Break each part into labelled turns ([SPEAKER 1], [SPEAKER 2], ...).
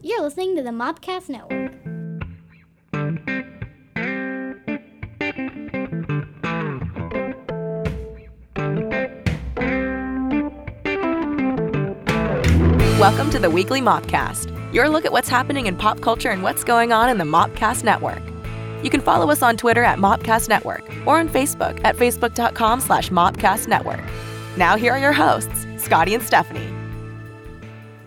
[SPEAKER 1] You're listening to the Mobcast Network.
[SPEAKER 2] Welcome to the weekly Mopcast, your look at what's happening in pop culture and what's going on in the Mopcast Network. You can follow us on Twitter at Mopcast Network or on Facebook at facebook.com slash Mopcast Network. Now here are your hosts, Scotty and Stephanie.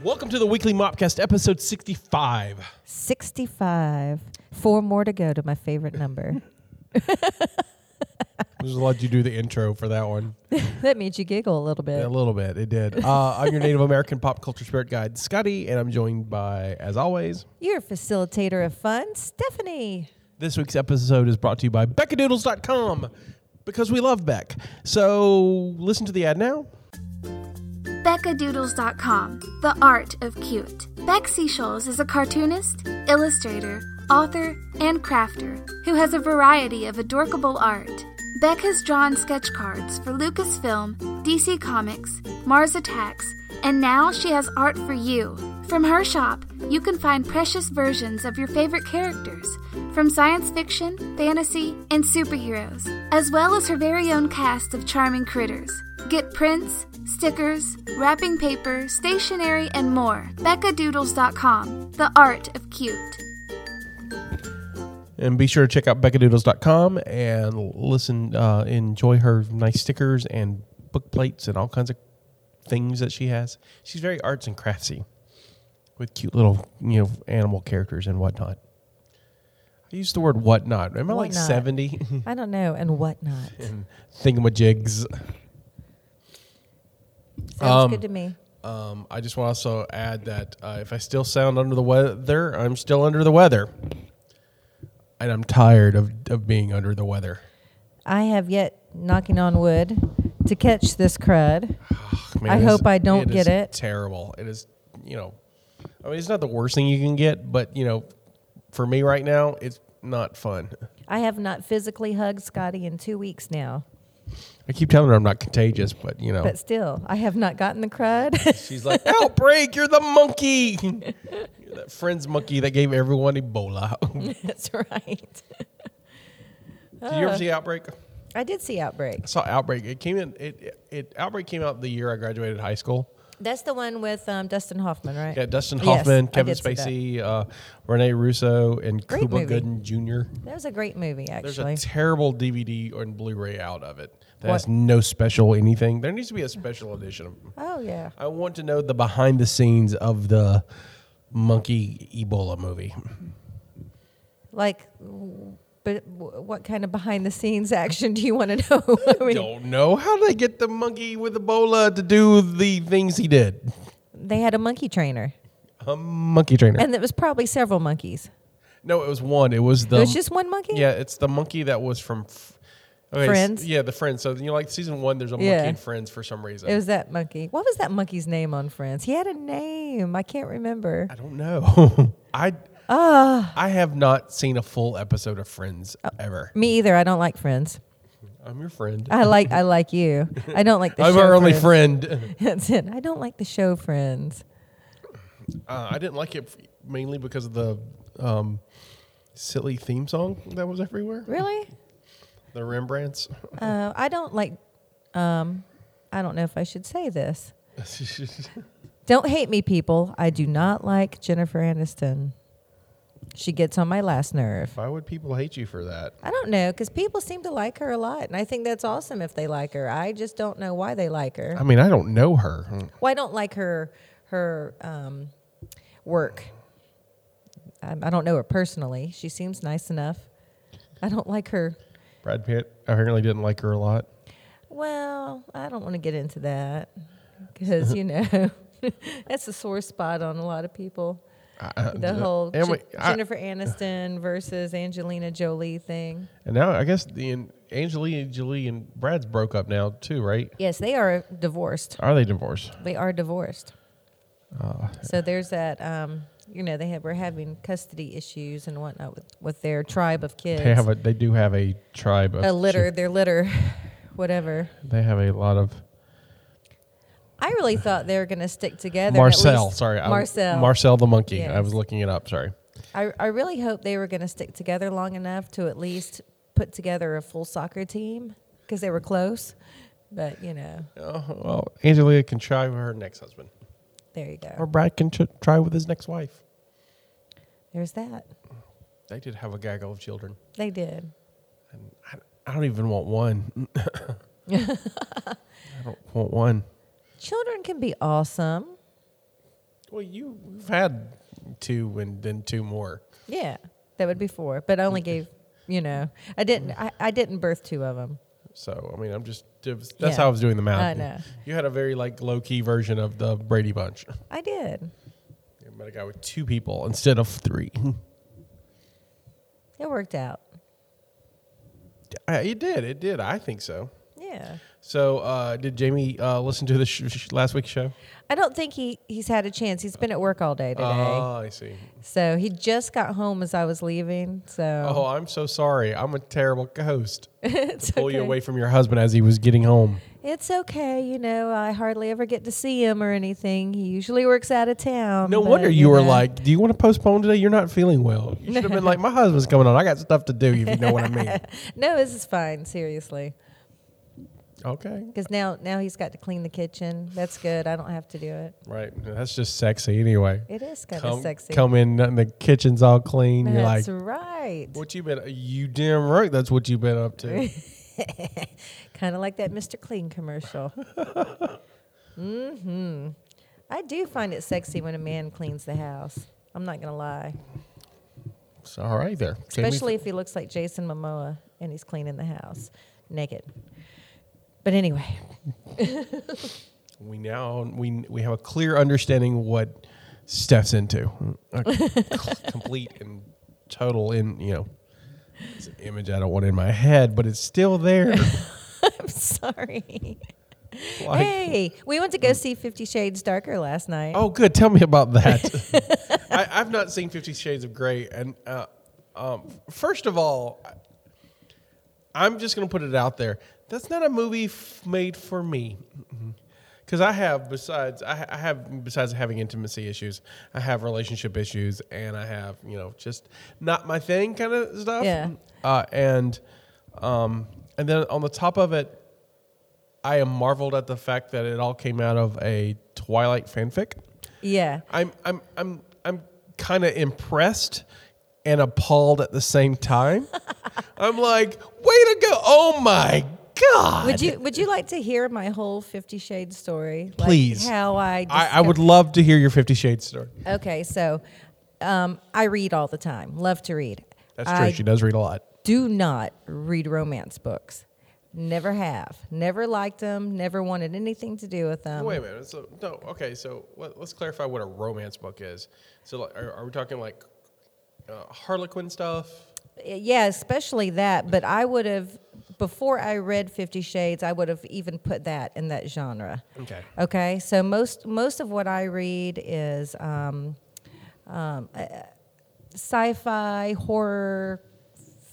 [SPEAKER 3] Welcome to the weekly Mopcast, episode 65.
[SPEAKER 4] 65. Four more to go to my favorite number.
[SPEAKER 3] There's a lot you do the intro for that one.
[SPEAKER 4] that made you giggle a little bit.
[SPEAKER 3] A little bit, it did. Uh, I'm your Native American pop culture spirit guide, Scotty, and I'm joined by, as always,
[SPEAKER 4] You're a facilitator of fun, Stephanie.
[SPEAKER 3] this week's episode is brought to you by BeccaDoodles.com because we love Beck. So listen to the ad now.
[SPEAKER 5] BeccaDoodles.com, the art of cute. Beck Seashoals is a cartoonist, illustrator, author, and crafter who has a variety of adorkable art. Beck has drawn sketch cards for Lucasfilm, DC Comics, Mars Attacks, and now she has art for you. From her shop, you can find precious versions of your favorite characters, from science fiction, fantasy, and superheroes, as well as her very own cast of charming critters. Get prints, stickers, wrapping paper, stationery, and more. BeccaDoodles.com, the art of cute.
[SPEAKER 3] And be sure to check out BeccaDoodles.com and listen, uh, enjoy her nice stickers and book plates and all kinds of things that she has. She's very arts and craftsy with cute little, you know, animal characters and whatnot. I used the word whatnot. Am I like
[SPEAKER 4] Whatnot.
[SPEAKER 3] 70?
[SPEAKER 4] I don't know, and whatnot.
[SPEAKER 3] and thingamajigs.
[SPEAKER 4] Sounds
[SPEAKER 3] Um,
[SPEAKER 4] good to me.
[SPEAKER 3] Um, I just want to also add that uh, if I still sound under the weather, I'm still under the weather. And I'm tired of, of being under the weather.
[SPEAKER 4] I have yet, knocking on wood, to catch this crud.
[SPEAKER 3] mean,
[SPEAKER 4] I
[SPEAKER 3] it
[SPEAKER 4] hope I don't
[SPEAKER 3] is
[SPEAKER 4] get it.
[SPEAKER 3] Terrible. It is, you know, I mean, it's not the worst thing you can get, but you know, for me right now, it's not fun.
[SPEAKER 4] I have not physically hugged Scotty in two weeks now,
[SPEAKER 3] I keep telling her I'm not contagious, but you know,
[SPEAKER 4] but still, I have not gotten the crud.
[SPEAKER 3] she's like, "Outbreak! You're the monkey, you're that friend's monkey that gave everyone Ebola." Did
[SPEAKER 4] That's right.
[SPEAKER 3] you ever see Outbreak?
[SPEAKER 4] I did see Outbreak.
[SPEAKER 3] I saw Outbreak. It came in. It, it Outbreak came out the year I graduated high school.
[SPEAKER 4] That's the one with um, Dustin Hoffman, right?
[SPEAKER 3] Yeah, Dustin
[SPEAKER 4] Yes,
[SPEAKER 3] Hoffman,
[SPEAKER 4] I
[SPEAKER 3] Kevin
[SPEAKER 4] did see that.
[SPEAKER 3] Spacey, uh, Rene Russo, and
[SPEAKER 4] Great
[SPEAKER 3] Cuba
[SPEAKER 4] movie.
[SPEAKER 3] Gooden Jr.
[SPEAKER 4] That was a great movie,
[SPEAKER 3] There's
[SPEAKER 4] actually.
[SPEAKER 3] a terrible DVD and Blu-ray out of it that
[SPEAKER 4] What?
[SPEAKER 3] has no special anything. There needs to be a special edition. of-
[SPEAKER 4] oh, yeah.
[SPEAKER 3] I want to know the behind the scenes of the monkey Ebola movie.
[SPEAKER 4] Like, w- but w- what kind of behind the scenes action do you want to know? I mean,
[SPEAKER 3] Don't know how did they get the monkey with Ebola to do the things he did.
[SPEAKER 4] they had a monkey trainer,
[SPEAKER 3] A monkey trainer.
[SPEAKER 4] and it was probably several monkeys.
[SPEAKER 3] no, it was one. It was the.
[SPEAKER 4] it was just one monkey.
[SPEAKER 3] Yeah, it's the monkey that was from. F- okay, s-
[SPEAKER 4] Friends?
[SPEAKER 3] Yeah, the Friends. So you know, like season one, there's a
[SPEAKER 4] Yeah.
[SPEAKER 3] monkey in Friends for some reason.
[SPEAKER 4] It was that monkey. What was that monkey's name on Friends? He had a name. I can't remember.
[SPEAKER 3] I don't know. I
[SPEAKER 4] Ah.
[SPEAKER 3] I have not seen a full episode of Friends
[SPEAKER 4] Uh,
[SPEAKER 3] ever.
[SPEAKER 4] Me either. I don't like Friends.
[SPEAKER 3] I'm your friend.
[SPEAKER 4] I like I like you. I don't like the
[SPEAKER 3] I'm
[SPEAKER 4] show.
[SPEAKER 3] our only
[SPEAKER 4] Friends.
[SPEAKER 3] friend.
[SPEAKER 4] That's it. I don't like the show Friends.
[SPEAKER 3] Uh, I didn't like it f- mainly because of the um, silly theme song that was everywhere.
[SPEAKER 4] Really?
[SPEAKER 3] The Rembrandts.
[SPEAKER 4] Uh, I don't like. Um, I don't know if I should say this. Don't hate me, people. I do not like Jennifer Aniston. She gets on my last nerve.
[SPEAKER 3] Why would people hate you for that?
[SPEAKER 4] I don't know because people seem to like her a lot, and I think that's awesome if they like her. I just don't know why they like her.
[SPEAKER 3] I mean, I don't know her.
[SPEAKER 4] Well, I don't like her her um, work. I, I don't know her personally. She seems nice enough. I don't like her.
[SPEAKER 3] Brad Pitt apparently didn't like her a lot.
[SPEAKER 4] Well, I don't want to get into that because you know that's a sore spot on a lot of people. the whole
[SPEAKER 3] and
[SPEAKER 4] Gen-
[SPEAKER 3] we- I-
[SPEAKER 4] Jennifer Aniston versus Angelina Jolie thing.
[SPEAKER 3] And now I guess the and Angelina Jolie and Brad's broke up now too, right?
[SPEAKER 4] Yes, they are divorced.
[SPEAKER 3] Are they divorced?
[SPEAKER 4] They are divorced.
[SPEAKER 3] Oh,
[SPEAKER 4] So there's that. Um, you know, they have, were having custody issues and whatnot with, with their tribe of kids.
[SPEAKER 3] They have a they do have a tribe of
[SPEAKER 4] a litter, their litter, whatever.
[SPEAKER 3] They have a lot of
[SPEAKER 4] I really thought they were going to stick together. at
[SPEAKER 3] Marcel,
[SPEAKER 4] least-
[SPEAKER 3] sorry, I-
[SPEAKER 4] Marcel.
[SPEAKER 3] Marcel the monkey. I
[SPEAKER 4] Yes.
[SPEAKER 3] was looking it up. Sorry.
[SPEAKER 4] I, I really hope they were going to stick together long enough to at least put together a full soccer team because they were close. But, you know,
[SPEAKER 3] Oh, well, Angelina can try with her next husband,
[SPEAKER 4] Uh. there you
[SPEAKER 3] or
[SPEAKER 4] go.
[SPEAKER 3] Brad can tr- try with his next wife.
[SPEAKER 4] There's that.
[SPEAKER 3] They did have a gaggle of children.
[SPEAKER 4] They did.
[SPEAKER 3] I, I don't even want one. I don't want one.
[SPEAKER 4] Children can be awesome.
[SPEAKER 3] Well, you've had two and then two more.
[SPEAKER 4] Yeah, that would be four. But I only gave, you know, I didn't. I, I didn't birth two of them.
[SPEAKER 3] So I mean, I'm just that's
[SPEAKER 4] Yeah.
[SPEAKER 3] how I was doing the math.
[SPEAKER 4] I know.
[SPEAKER 3] You had a very like low key version of the Brady Bunch.
[SPEAKER 4] I did.
[SPEAKER 3] You met a guy with two people instead of three.
[SPEAKER 4] Hmm. It worked out.
[SPEAKER 3] I- it did. It did. I think so.
[SPEAKER 4] Yeah.
[SPEAKER 3] So uh, did Jamie uh, listen to the sh- sh- last week's show?
[SPEAKER 4] I don't think he he's had a chance. He's been at work all day today,
[SPEAKER 3] Oh, I see.
[SPEAKER 4] so he just got home as I was leaving.
[SPEAKER 3] Oh,
[SPEAKER 4] So
[SPEAKER 3] I'm so sorry. I'm a terrible host.
[SPEAKER 4] it's
[SPEAKER 3] to pull you
[SPEAKER 4] okay.
[SPEAKER 3] away from your husband as he was getting home.
[SPEAKER 4] It's okay. You know, I hardly ever get to see him or anything. He usually works out of town.
[SPEAKER 3] No
[SPEAKER 4] but,
[SPEAKER 3] wonder you were
[SPEAKER 4] know.
[SPEAKER 3] like, "Do you want to postpone today? You're not feeling well." You should have been like, "My husband's coming on. I got stuff to do." If you know what I mean.
[SPEAKER 4] "No, this is fine. Seriously."
[SPEAKER 3] Okay.
[SPEAKER 4] Because now, now he's got to clean the kitchen. That's good. I don't have to do it.
[SPEAKER 3] Right. That's just sexy anyway.
[SPEAKER 4] It is kind of
[SPEAKER 3] Come,
[SPEAKER 4] sexy.
[SPEAKER 3] come in and the kitchen's all clean. You're like,
[SPEAKER 4] That's right.
[SPEAKER 3] "What you been? You damn right. That's what you've been up to."
[SPEAKER 4] Kind of like that Mr. Clean commercial. mm-hmm. I do find it sexy when a man cleans the house. I'm not gonna lie,
[SPEAKER 3] it's all right there. Jamie-
[SPEAKER 4] especially if he looks like Jason Momoa and he's cleaning the house naked. But anyway,
[SPEAKER 3] we now we we have a clear understanding what Steph's into. A complete and total in you know. It's an image I don't want in my head, but it's still there.
[SPEAKER 4] I'm sorry.
[SPEAKER 3] Like-
[SPEAKER 4] hey, we went to go see Fifty Shades Darker last night.
[SPEAKER 3] Oh, good. Tell me about that. I, I've not seen Fifty Shades of Grey, and uh, um, first of all, I- I'm just going to put it out there. That's not a movie f- made for me, because I have besides I, ha- I have besides having intimacy issues, I have relationship issues, and I have you know just not my thing kind of stuff.
[SPEAKER 4] Yeah.
[SPEAKER 3] Uh, and um, and then on the top of it, I am marveled at the fact that it all came out of a Twilight fanfic.
[SPEAKER 4] Yeah,
[SPEAKER 3] I'm I'm I'm I'm kind of impressed and appalled at the same time. I'm like, way to go! Oh my god!
[SPEAKER 4] Would you Would you like to hear my whole Fifty Shades story? Like
[SPEAKER 3] Please.
[SPEAKER 4] how I,
[SPEAKER 3] I, I would
[SPEAKER 4] discovered-
[SPEAKER 3] love to hear your Fifty Shades story.
[SPEAKER 4] Okay, so um, I read all the time. Love to read.
[SPEAKER 3] That's true.
[SPEAKER 4] I
[SPEAKER 3] she does read a lot.
[SPEAKER 4] do not read romance books. Never have. Never liked them. Never wanted anything to do with them.
[SPEAKER 3] Wait a minute. So no, okay. So let, us clarify what a romance book is. So like, are, are we talking like uh, Harlequin stuff?
[SPEAKER 4] Yeah, especially that. But I would have, before I read Fifty Shades, I would have even put that in that genre.
[SPEAKER 3] Okay.
[SPEAKER 4] Okay. So most most of what I read is um, um, uh, sci-fi, horror,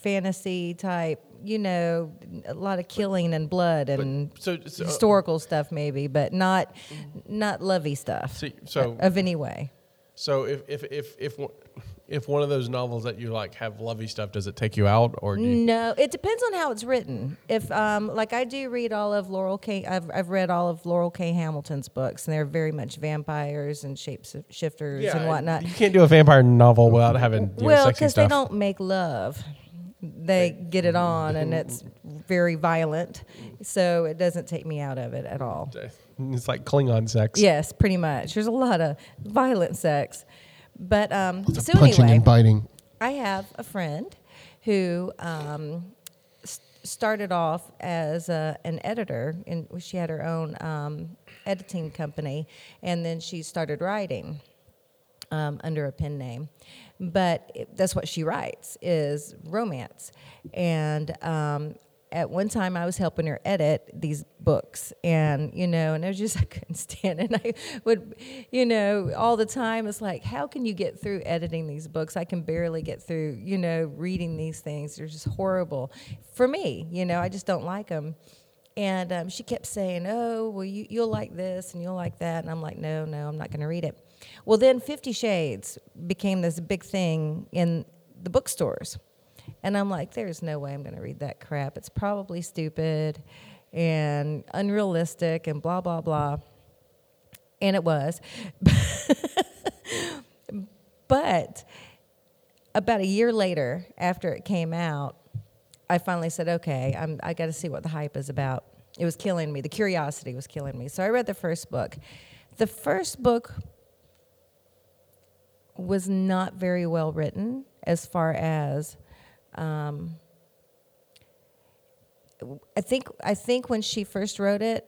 [SPEAKER 4] fantasy type. You know, a lot of killing and blood and
[SPEAKER 3] so- so- uh,
[SPEAKER 4] historical stuff, maybe, but not not lovey stuff
[SPEAKER 3] So so
[SPEAKER 4] Uh, of any way.
[SPEAKER 3] so if if if if one- if one of those novels that you like have lovey stuff, does it take you out or do you,
[SPEAKER 4] No, it depends on how it's written. If um, like I do read all of Laurel K. I've I've read all of Laurel K. Hamilton's books, and they're very much vampires and shapeshifters and whatnot.
[SPEAKER 3] You can't do a vampire novel without having you know,
[SPEAKER 4] well,
[SPEAKER 3] sexy
[SPEAKER 4] because they
[SPEAKER 3] stuff.
[SPEAKER 4] don't make love. They get it on, and it's very violent. So it doesn't take me out of it at all.
[SPEAKER 3] It's like Klingon sex.
[SPEAKER 4] Yes, pretty much. There's a lot of violent sex, but um, so
[SPEAKER 3] punching
[SPEAKER 4] anyway,
[SPEAKER 3] and biting.
[SPEAKER 4] I have a friend who um, s- started off as a, an editor, and she had her own um, editing company, and then she started writing um, under a pen name. But it, that's what she writes is romance, and. Um, at one time, I was helping her edit these books, and you know, and I was just I couldn't stand it. And I would, you know, all the time. It's like, how can you get through editing these books? I can barely get through, you know, reading these things. They're just horrible for me. You know, I just don't like them. And um, she kept saying, "Oh, well, you, you'll like this and you'll like that," and I'm like, "No, no, I'm not going to read it." Well, then Fifty Shades became this big thing in the bookstores, and I'm like, "There's no way I'm going to read that crap. It's probably stupid and unrealistic and blah blah blah." And it was, but about a year later, after it came out, I finally said, "Okay, I'm, I got to see what the hype is about." It was killing me. The curiosity was killing me. So I read the first book. The first book was not very well written as far as. Um, I think I think when she first wrote it,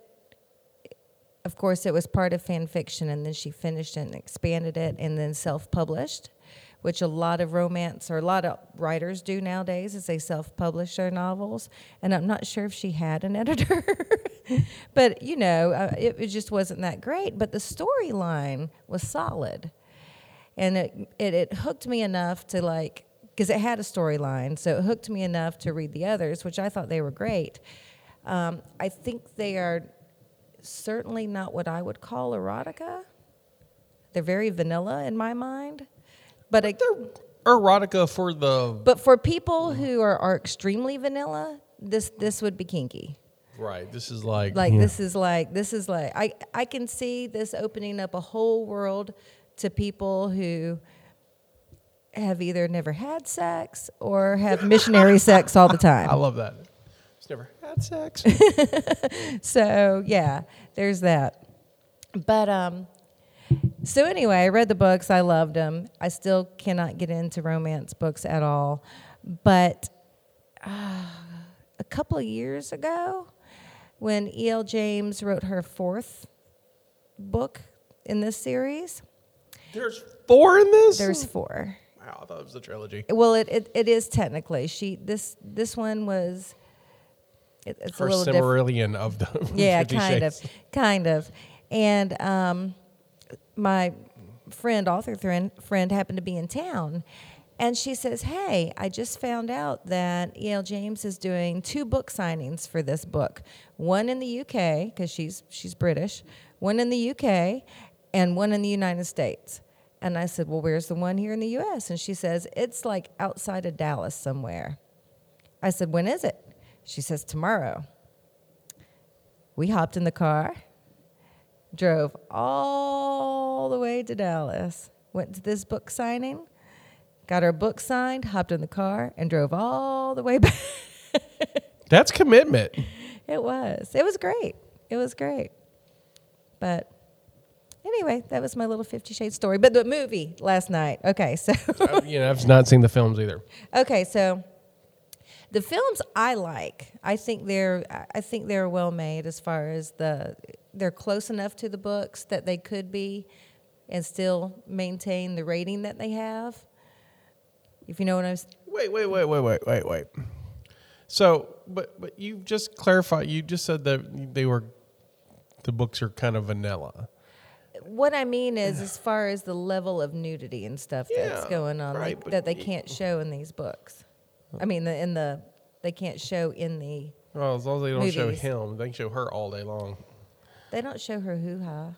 [SPEAKER 4] of course, it was part of fan fiction, and then she finished it and expanded it, and then self-published, which a lot of romance or a lot of writers do nowadays is they self-publish their novels. And I'm not sure if she had an editor, but you know, uh, it, it just wasn't that great. But the storyline was solid, and it, it it hooked me enough to like because it had a storyline, so it hooked me enough to read the others, which I thought they were great. Um, I think they are certainly not what I would call erotica. They're very vanilla in my mind. But I,
[SPEAKER 3] Er, Erotica for the
[SPEAKER 4] but for people who are, are extremely vanilla, this this would be kinky.
[SPEAKER 3] right. This is like,
[SPEAKER 4] Like this is like this is like I I can see this opening up a whole world to people who have either never had sex or have missionary sex all the time.
[SPEAKER 3] I love that. It's never had sex.
[SPEAKER 4] so yeah, there's that. But um, so anyway, I read the books. I loved them. I still cannot get into romance books at all. But uh, a couple of years ago, when E.L. James wrote her fourth book in this series,
[SPEAKER 3] There's four in this.
[SPEAKER 4] there's four.
[SPEAKER 3] wow, I thought it was a trilogy.
[SPEAKER 4] Well, it, it, it is technically she this this one was. It, it's a
[SPEAKER 3] Her
[SPEAKER 4] little different.
[SPEAKER 3] Cimmerillion of the
[SPEAKER 4] yeah,
[SPEAKER 3] 50
[SPEAKER 4] kind
[SPEAKER 3] Shades.
[SPEAKER 4] of, kind of. And um, my friend, author friend, friend, happened to be in town, and she says, "Hey, I just found out that E.L. James is doing two book signings for this book. One in the UK because she's she's British. One in the UK, and one in the United States." And I said, "Well, where's the one here in the U.S.?" And she says, "It's like outside of Dallas somewhere." I said, "When is it?" She says, "Tomorrow." we hopped in the car, drove all the way to Dallas, went to this book signing, got our book signed, hopped in the car, and drove all the way back.
[SPEAKER 3] That's commitment.
[SPEAKER 4] it was. It was great. It was great. But anyway, that was my little Fifty Shades story. But the movie last night. Okay, so
[SPEAKER 3] I, you know, I've not seen the films either.
[SPEAKER 4] Okay, so the films I like, I think they're I- I think they're well made as far as the they're close enough to the books that they could be and still maintain the rating that they have. If you know what I'm s-
[SPEAKER 3] Wait, wait, wait, wait, wait, wait, wait. So, but but you just clarified. You just said that they were the books are kind of vanilla.
[SPEAKER 4] what I mean is as far as the level of nudity and stuff that's
[SPEAKER 3] Yeah,
[SPEAKER 4] going on
[SPEAKER 3] right,
[SPEAKER 4] like,
[SPEAKER 3] but
[SPEAKER 4] that they
[SPEAKER 3] y-
[SPEAKER 4] can't show in these books. I mean, the, in the they can't show in the
[SPEAKER 3] Well, as long as they don't show
[SPEAKER 4] Movies.
[SPEAKER 3] him, they can show her all day long.
[SPEAKER 4] they don't show her hoo ha.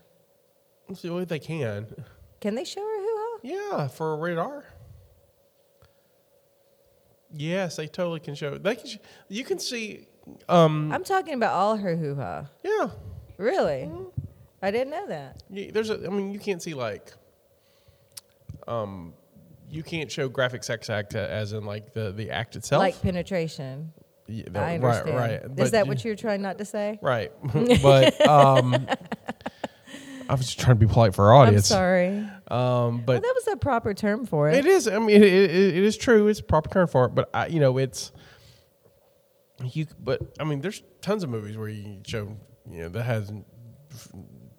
[SPEAKER 3] Let's see what they can.
[SPEAKER 4] Can they show her hoo ha?
[SPEAKER 3] Yeah, for a radar. Yes, they totally can show. They can. Sh- you can see. Um.
[SPEAKER 4] I'm talking about all her hoo ha.
[SPEAKER 3] Yeah.
[SPEAKER 4] Really? I didn't know that.
[SPEAKER 3] You, there's a. I mean, you can't see like. Um. You can't show graphic sex act uh, as in like the the act itself.
[SPEAKER 4] Like penetration.
[SPEAKER 3] Yeah, that-
[SPEAKER 4] I understand.
[SPEAKER 3] Right. Right.
[SPEAKER 4] Is
[SPEAKER 3] but
[SPEAKER 4] that
[SPEAKER 3] you-
[SPEAKER 4] what you're trying not to say?
[SPEAKER 3] Right. but um. I was just trying to be polite for our
[SPEAKER 4] I'm
[SPEAKER 3] audience.
[SPEAKER 4] sorry.
[SPEAKER 3] Um. But
[SPEAKER 4] Well, that was a proper term for it.
[SPEAKER 3] It is. I mean, it, it, it is true. It's a proper term for it, but I, you know, it's you. But I mean, there's tons of movies where you show you know that has f-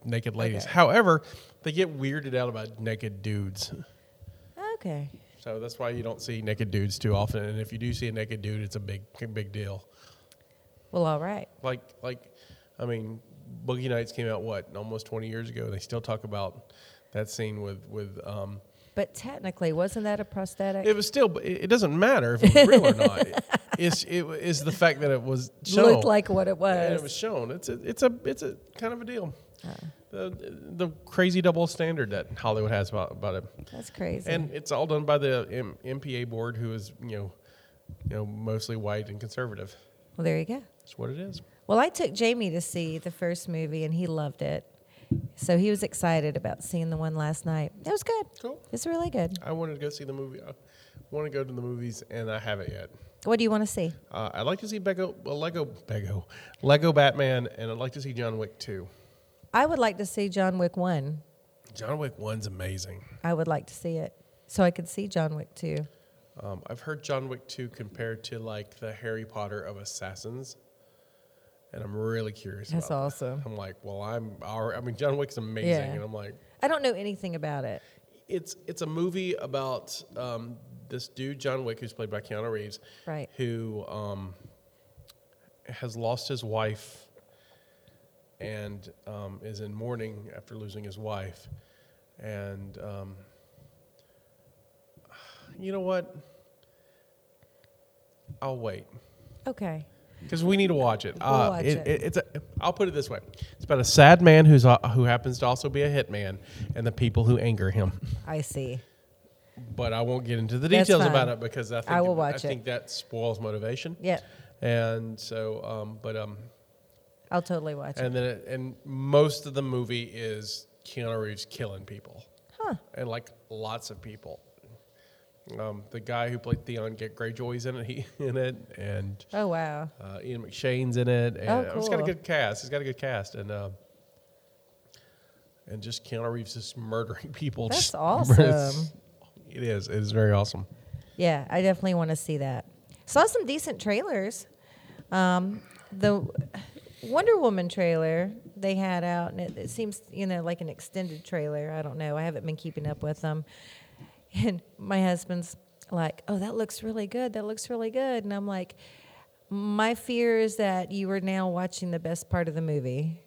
[SPEAKER 3] naked ladies.
[SPEAKER 4] Okay.
[SPEAKER 3] However, they get weirded out about naked dudes,
[SPEAKER 4] Okay.
[SPEAKER 3] so that's why you don't see naked dudes too often. And if you do see a naked dude, it's a big big deal.
[SPEAKER 4] Well, all right.
[SPEAKER 3] Like like, I mean, Boogie Nights came out what almost 20 years ago. They still talk about that scene with with um,
[SPEAKER 4] But technically, wasn't that a prosthetic?
[SPEAKER 3] It was still. It it doesn't matter if it was real or not. It's it is the fact that it was shown.
[SPEAKER 4] Looked like what it
[SPEAKER 3] and
[SPEAKER 4] was.
[SPEAKER 3] it was shown. It's a it's a it's a kind of a deal.
[SPEAKER 4] Uh.
[SPEAKER 3] The, the crazy double standard that Hollywood has about about it,
[SPEAKER 4] That's crazy.
[SPEAKER 3] and it's all done by the M- MPA board, who is you know, you know, mostly white and conservative.
[SPEAKER 4] well, there you go.
[SPEAKER 3] That's what it is.
[SPEAKER 4] Well, I took Jamie to see the first movie, and he loved it. So he was excited about seeing the one last night. It was good.
[SPEAKER 3] Cool.
[SPEAKER 4] It's really good.
[SPEAKER 3] I wanted to go see the movie. I want to go to the movies, and I haven't yet.
[SPEAKER 4] What do you want to see?
[SPEAKER 3] Uh, I'd like to see Bego, well, Lego, Bego, Lego Batman, and I'd like to see John Wick two.
[SPEAKER 4] I would like to see John Wick 1.
[SPEAKER 3] John Wick one's amazing.
[SPEAKER 4] I would like to see it. So I could see John Wick 2.
[SPEAKER 3] Um, I've heard John Wick 2 compared to like the Harry Potter of assassins, and I'm really curious.
[SPEAKER 4] That's
[SPEAKER 3] about that.
[SPEAKER 4] awesome.
[SPEAKER 3] I'm like, well, I'm. Our, I mean, John Wick's amazing,
[SPEAKER 4] Yeah.
[SPEAKER 3] and I'm like,
[SPEAKER 4] I don't know anything about it.
[SPEAKER 3] it's it's a movie about um, this dude John Wick, who's played by Keanu Reeves,
[SPEAKER 4] Right.
[SPEAKER 3] Who um, has lost his wife and um, is in mourning after losing his wife, and um, you know what? I'll wait
[SPEAKER 4] Okay.
[SPEAKER 3] because we need to watch it.
[SPEAKER 4] We'll watch it.
[SPEAKER 3] It's a, I'll put it this way: it's about a sad man who's uh, who happens to also be a hitman, and the people who anger him.
[SPEAKER 4] I see.
[SPEAKER 3] But I won't get into the
[SPEAKER 4] That's
[SPEAKER 3] details about
[SPEAKER 4] fine.
[SPEAKER 3] it because I think
[SPEAKER 4] will watch it.
[SPEAKER 3] think that spoils motivation.
[SPEAKER 4] Yeah.
[SPEAKER 3] And so, um, but um,
[SPEAKER 4] I'll totally watch it.
[SPEAKER 3] and then it, and most of the movie is Keanu Reeves killing people, huh? And like lots of people. Um, the guy who played Theon Get Greyjoy's in it, he, in it, and
[SPEAKER 4] Oh, wow.
[SPEAKER 3] uh, Ian McShane's in it. And
[SPEAKER 4] Oh,
[SPEAKER 3] It's got a
[SPEAKER 4] cool.
[SPEAKER 3] good cast. It's got a good cast, and um and just Keanu Reeves just murdering people.
[SPEAKER 4] That's
[SPEAKER 3] Just- it's-
[SPEAKER 4] awesome.
[SPEAKER 3] It is. It is very awesome.
[SPEAKER 4] Yeah, I definitely want to see that. Saw some decent trailers. Um, the Wonder Woman trailer they had out, and it, it seems you know like an extended trailer. I don't know. I haven't been keeping up with them. And my husband's like, "Oh, that looks really good. That looks really good." And I'm like, "My fear is that you are now watching the best part of the movie."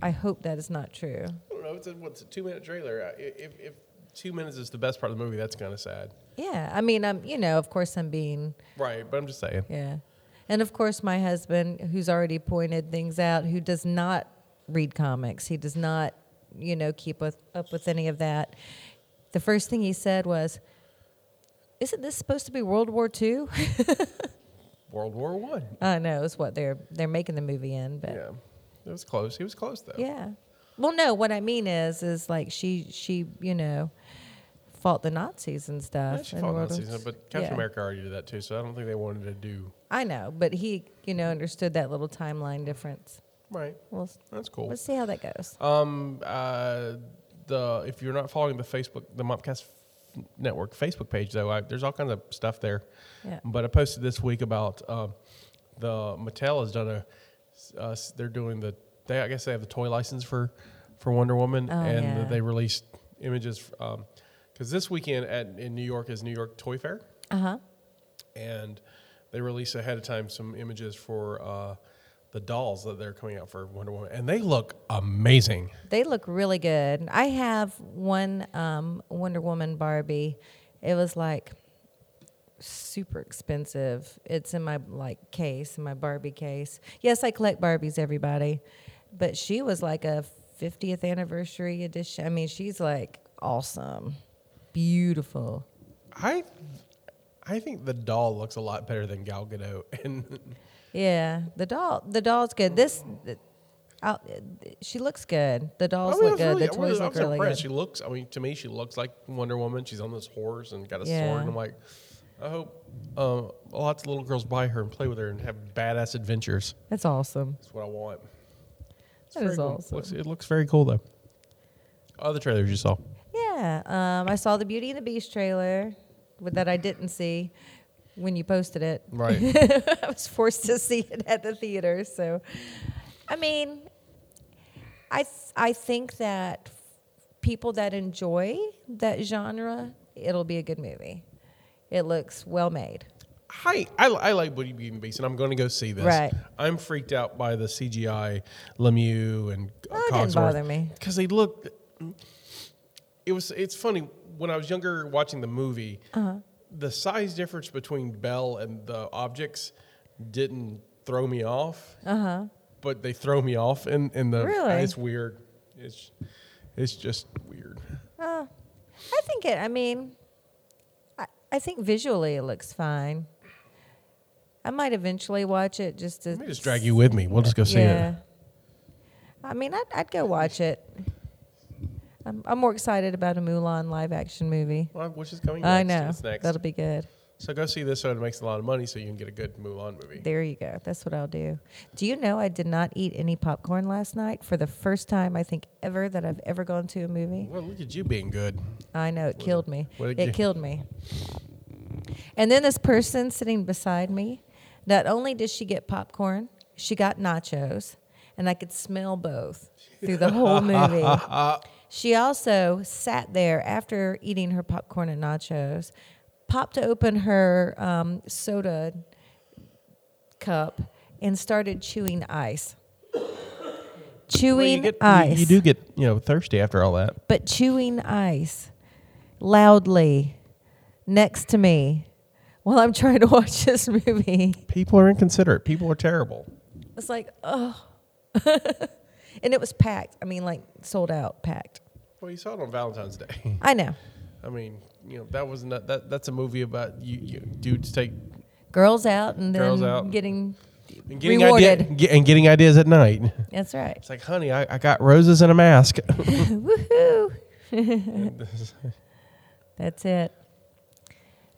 [SPEAKER 4] I hope that is not true.
[SPEAKER 3] I don't know. It's a, what's a two minute trailer. I- If, if two minutes is the best part of the movie, that's kind of sad.
[SPEAKER 4] Yeah, I mean, I'm you know, of course, I'm being
[SPEAKER 3] Right, but I'm just saying.
[SPEAKER 4] Yeah. And of course, my husband, who's already pointed things out, who does not read comics, he does not, you know, keep with, up with any of that. The first thing he said was, Isn't this supposed to be World War II?
[SPEAKER 3] World War One.
[SPEAKER 4] I know, it's what they're, they're making the movie in, but
[SPEAKER 3] Yeah, it was close. He was close though.
[SPEAKER 4] yeah. Well, no, what I mean is, is like she, she, you know, fought the Nazis and stuff.
[SPEAKER 3] Yeah, she
[SPEAKER 4] in
[SPEAKER 3] fought
[SPEAKER 4] World War-
[SPEAKER 3] Nazis, but Captain
[SPEAKER 4] Yeah.
[SPEAKER 3] America already did that too. So I don't think they wanted to do.
[SPEAKER 4] I know, but he, you know, understood that little timeline difference.
[SPEAKER 3] Right.
[SPEAKER 4] We'll, s-
[SPEAKER 3] That's cool.
[SPEAKER 4] we'll see how that goes.
[SPEAKER 3] Um, uh, the if you're not following the Facebook, the Mopcast Network Facebook page, though, I, there's all kinds of stuff there.
[SPEAKER 4] Yeah.
[SPEAKER 3] But I posted this week about um, the Mattel has done a, uh, they're doing the, they I guess they have the toy license for, for Wonder Woman,
[SPEAKER 4] Oh,
[SPEAKER 3] and
[SPEAKER 4] yeah.
[SPEAKER 3] they released images, because this weekend at in New York is New York Toy Fair
[SPEAKER 4] Uh huh.
[SPEAKER 3] and they release ahead of time some images for uh, the dolls that they're coming out for Wonder Woman, and they look amazing.
[SPEAKER 4] They look really good. I have one um, Wonder Woman Barbie. It was like super expensive. It's in my like case, in my Barbie case. Yes, I collect Barbies, everybody. But she was like a 50th anniversary edition. I mean, she's like awesome, beautiful.
[SPEAKER 3] I I think the doll looks a lot better than Gal Gadot, and
[SPEAKER 4] Yeah, the doll, the doll's good. This, i she looks good. The dolls
[SPEAKER 3] I
[SPEAKER 4] look
[SPEAKER 3] was
[SPEAKER 4] good.
[SPEAKER 3] really-
[SPEAKER 4] the
[SPEAKER 3] I was-
[SPEAKER 4] toys
[SPEAKER 3] I
[SPEAKER 4] look
[SPEAKER 3] was
[SPEAKER 4] really
[SPEAKER 3] impressed. She
[SPEAKER 4] good.
[SPEAKER 3] looks. I mean, to me, she looks like Wonder Woman. She's on this horse and got a
[SPEAKER 4] Yeah.
[SPEAKER 3] sword, and I'm like, I hope um, lots of little girls buy her and play with her and have badass adventures.
[SPEAKER 4] That's awesome.
[SPEAKER 3] That's what I want. It's
[SPEAKER 4] That
[SPEAKER 3] very
[SPEAKER 4] is
[SPEAKER 3] cool.
[SPEAKER 4] awesome.
[SPEAKER 3] Looks- it looks very cool though. Other trailers Oh, you saw?
[SPEAKER 4] Yeah, um, I saw the Beauty and the Beast trailer with, that I didn't see when you posted it.
[SPEAKER 3] Right.
[SPEAKER 4] I was forced to see it at the theater. So, I mean, I th- I think that people that enjoy that genre, it'll be a good movie. It looks well made.
[SPEAKER 3] Hi, I, I like Beauty Beauty and the Beast, and I'm going to go see this.
[SPEAKER 4] Right.
[SPEAKER 3] I'm freaked out by the CGI Lemieux and
[SPEAKER 4] Oh, it didn't bother me.
[SPEAKER 3] because they look. It was. It's funny when I was younger watching the movie,
[SPEAKER 4] Uh-huh.
[SPEAKER 3] the size difference between Belle and the objects didn't throw me off. Uh huh. But they throw me off, and in, the
[SPEAKER 4] Uh-huh. Really?
[SPEAKER 3] it's weird. It's it's just weird.
[SPEAKER 4] I think it. I mean, I, I think visually it looks fine. I might eventually watch it just to
[SPEAKER 3] Let me just drag you with me. We'll just go see
[SPEAKER 4] yeah.
[SPEAKER 3] it.
[SPEAKER 4] I mean, I'd, I'd go watch it. I'm, I'm more excited about a Mulan live action movie.
[SPEAKER 3] Well, which is coming? Next.
[SPEAKER 4] I know
[SPEAKER 3] It's next.
[SPEAKER 4] that'll be good.
[SPEAKER 3] so go see this so it makes a lot of money, so you can get a good Mulan movie.
[SPEAKER 4] There you go. That's what I'll do. Do you know I did not eat any popcorn last night for the first time I think ever that I've ever gone to a movie.
[SPEAKER 3] Well, look at you being good.
[SPEAKER 4] I know it killed me.
[SPEAKER 3] what did
[SPEAKER 4] it
[SPEAKER 3] you-
[SPEAKER 4] killed me. And then this person sitting beside me, not only did she get popcorn, she got nachos, and I could smell both through the whole movie. She also sat there after eating her popcorn and nachos, popped open her um, soda cup, and started chewing ice.
[SPEAKER 3] Well,
[SPEAKER 4] Chewing
[SPEAKER 3] you, get, you,
[SPEAKER 4] ice
[SPEAKER 3] you do get you know thirsty after all that.
[SPEAKER 4] but chewing ice loudly next to me while I'm trying to watch this movie.
[SPEAKER 3] People are inconsiderate. People are terrible.
[SPEAKER 4] It's like, oh. and it was packed. I mean, like sold out, packed.
[SPEAKER 3] Well, you saw it on Valentine's Day.
[SPEAKER 4] I know.
[SPEAKER 3] I mean, you know, that was not that. That's a movie about you, you dudes take
[SPEAKER 4] Girls out and then
[SPEAKER 3] Girls out.
[SPEAKER 4] getting.
[SPEAKER 3] and getting
[SPEAKER 4] Rewarded.
[SPEAKER 3] idea, ge- and getting ideas at night.
[SPEAKER 4] That's right.
[SPEAKER 3] It's like, honey, I, I got roses and a mask.
[SPEAKER 4] Woohoo. That's it.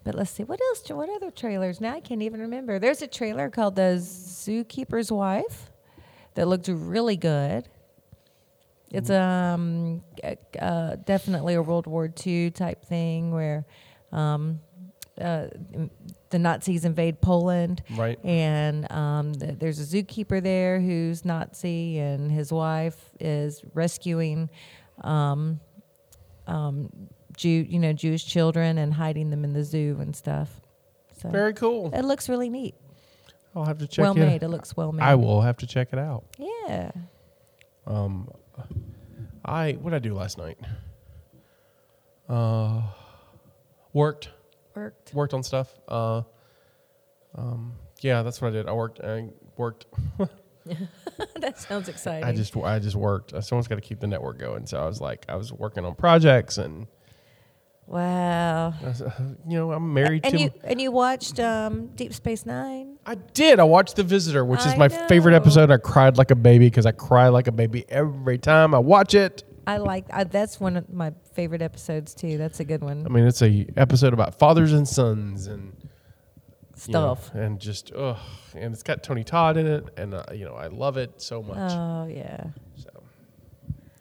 [SPEAKER 4] But let's see. What else? What other trailers? Now I can't even remember. There's a trailer called The Zookeeper's Wife that looked really good. It's um uh, uh, definitely a World War II type thing where um, uh, the Nazis invade Poland,
[SPEAKER 3] Right.
[SPEAKER 4] And um, th- there's a zookeeper there who's Nazi, and his wife is rescuing um, um, Jew, you know, Jewish children and hiding them in the zoo and stuff. So
[SPEAKER 3] Very cool.
[SPEAKER 4] it looks really neat.
[SPEAKER 3] I'll have to check
[SPEAKER 4] well
[SPEAKER 3] it.
[SPEAKER 4] made. It looks well made.
[SPEAKER 3] I will have to check it out.
[SPEAKER 4] Yeah.
[SPEAKER 3] I what I do last night? Uh, worked.
[SPEAKER 4] Worked.
[SPEAKER 3] worked on stuff. Uh, um, yeah, that's what I did. I worked. I worked.
[SPEAKER 4] that sounds exciting.
[SPEAKER 3] I just I just worked. Uh, Someone's got to keep the network going. So I was like, I was working on projects, and
[SPEAKER 4] wow.
[SPEAKER 3] I was, uh, you know, I'm married
[SPEAKER 4] And
[SPEAKER 3] to.
[SPEAKER 4] you and you watched um, Deep Space Nine.
[SPEAKER 3] I did. I watched The Visitor, which is
[SPEAKER 4] I
[SPEAKER 3] my favorite
[SPEAKER 4] know.
[SPEAKER 3] episode. I cried like a baby because I cry like a baby every time I watch it.
[SPEAKER 4] I like I, that's one of my favorite episodes too. That's a good one.
[SPEAKER 3] I mean, it's a episode about fathers and sons and you know,
[SPEAKER 4] Stuff.
[SPEAKER 3] and just ugh, and it's got Tony Todd in it, and uh, you know, I love it so much.
[SPEAKER 4] Oh yeah,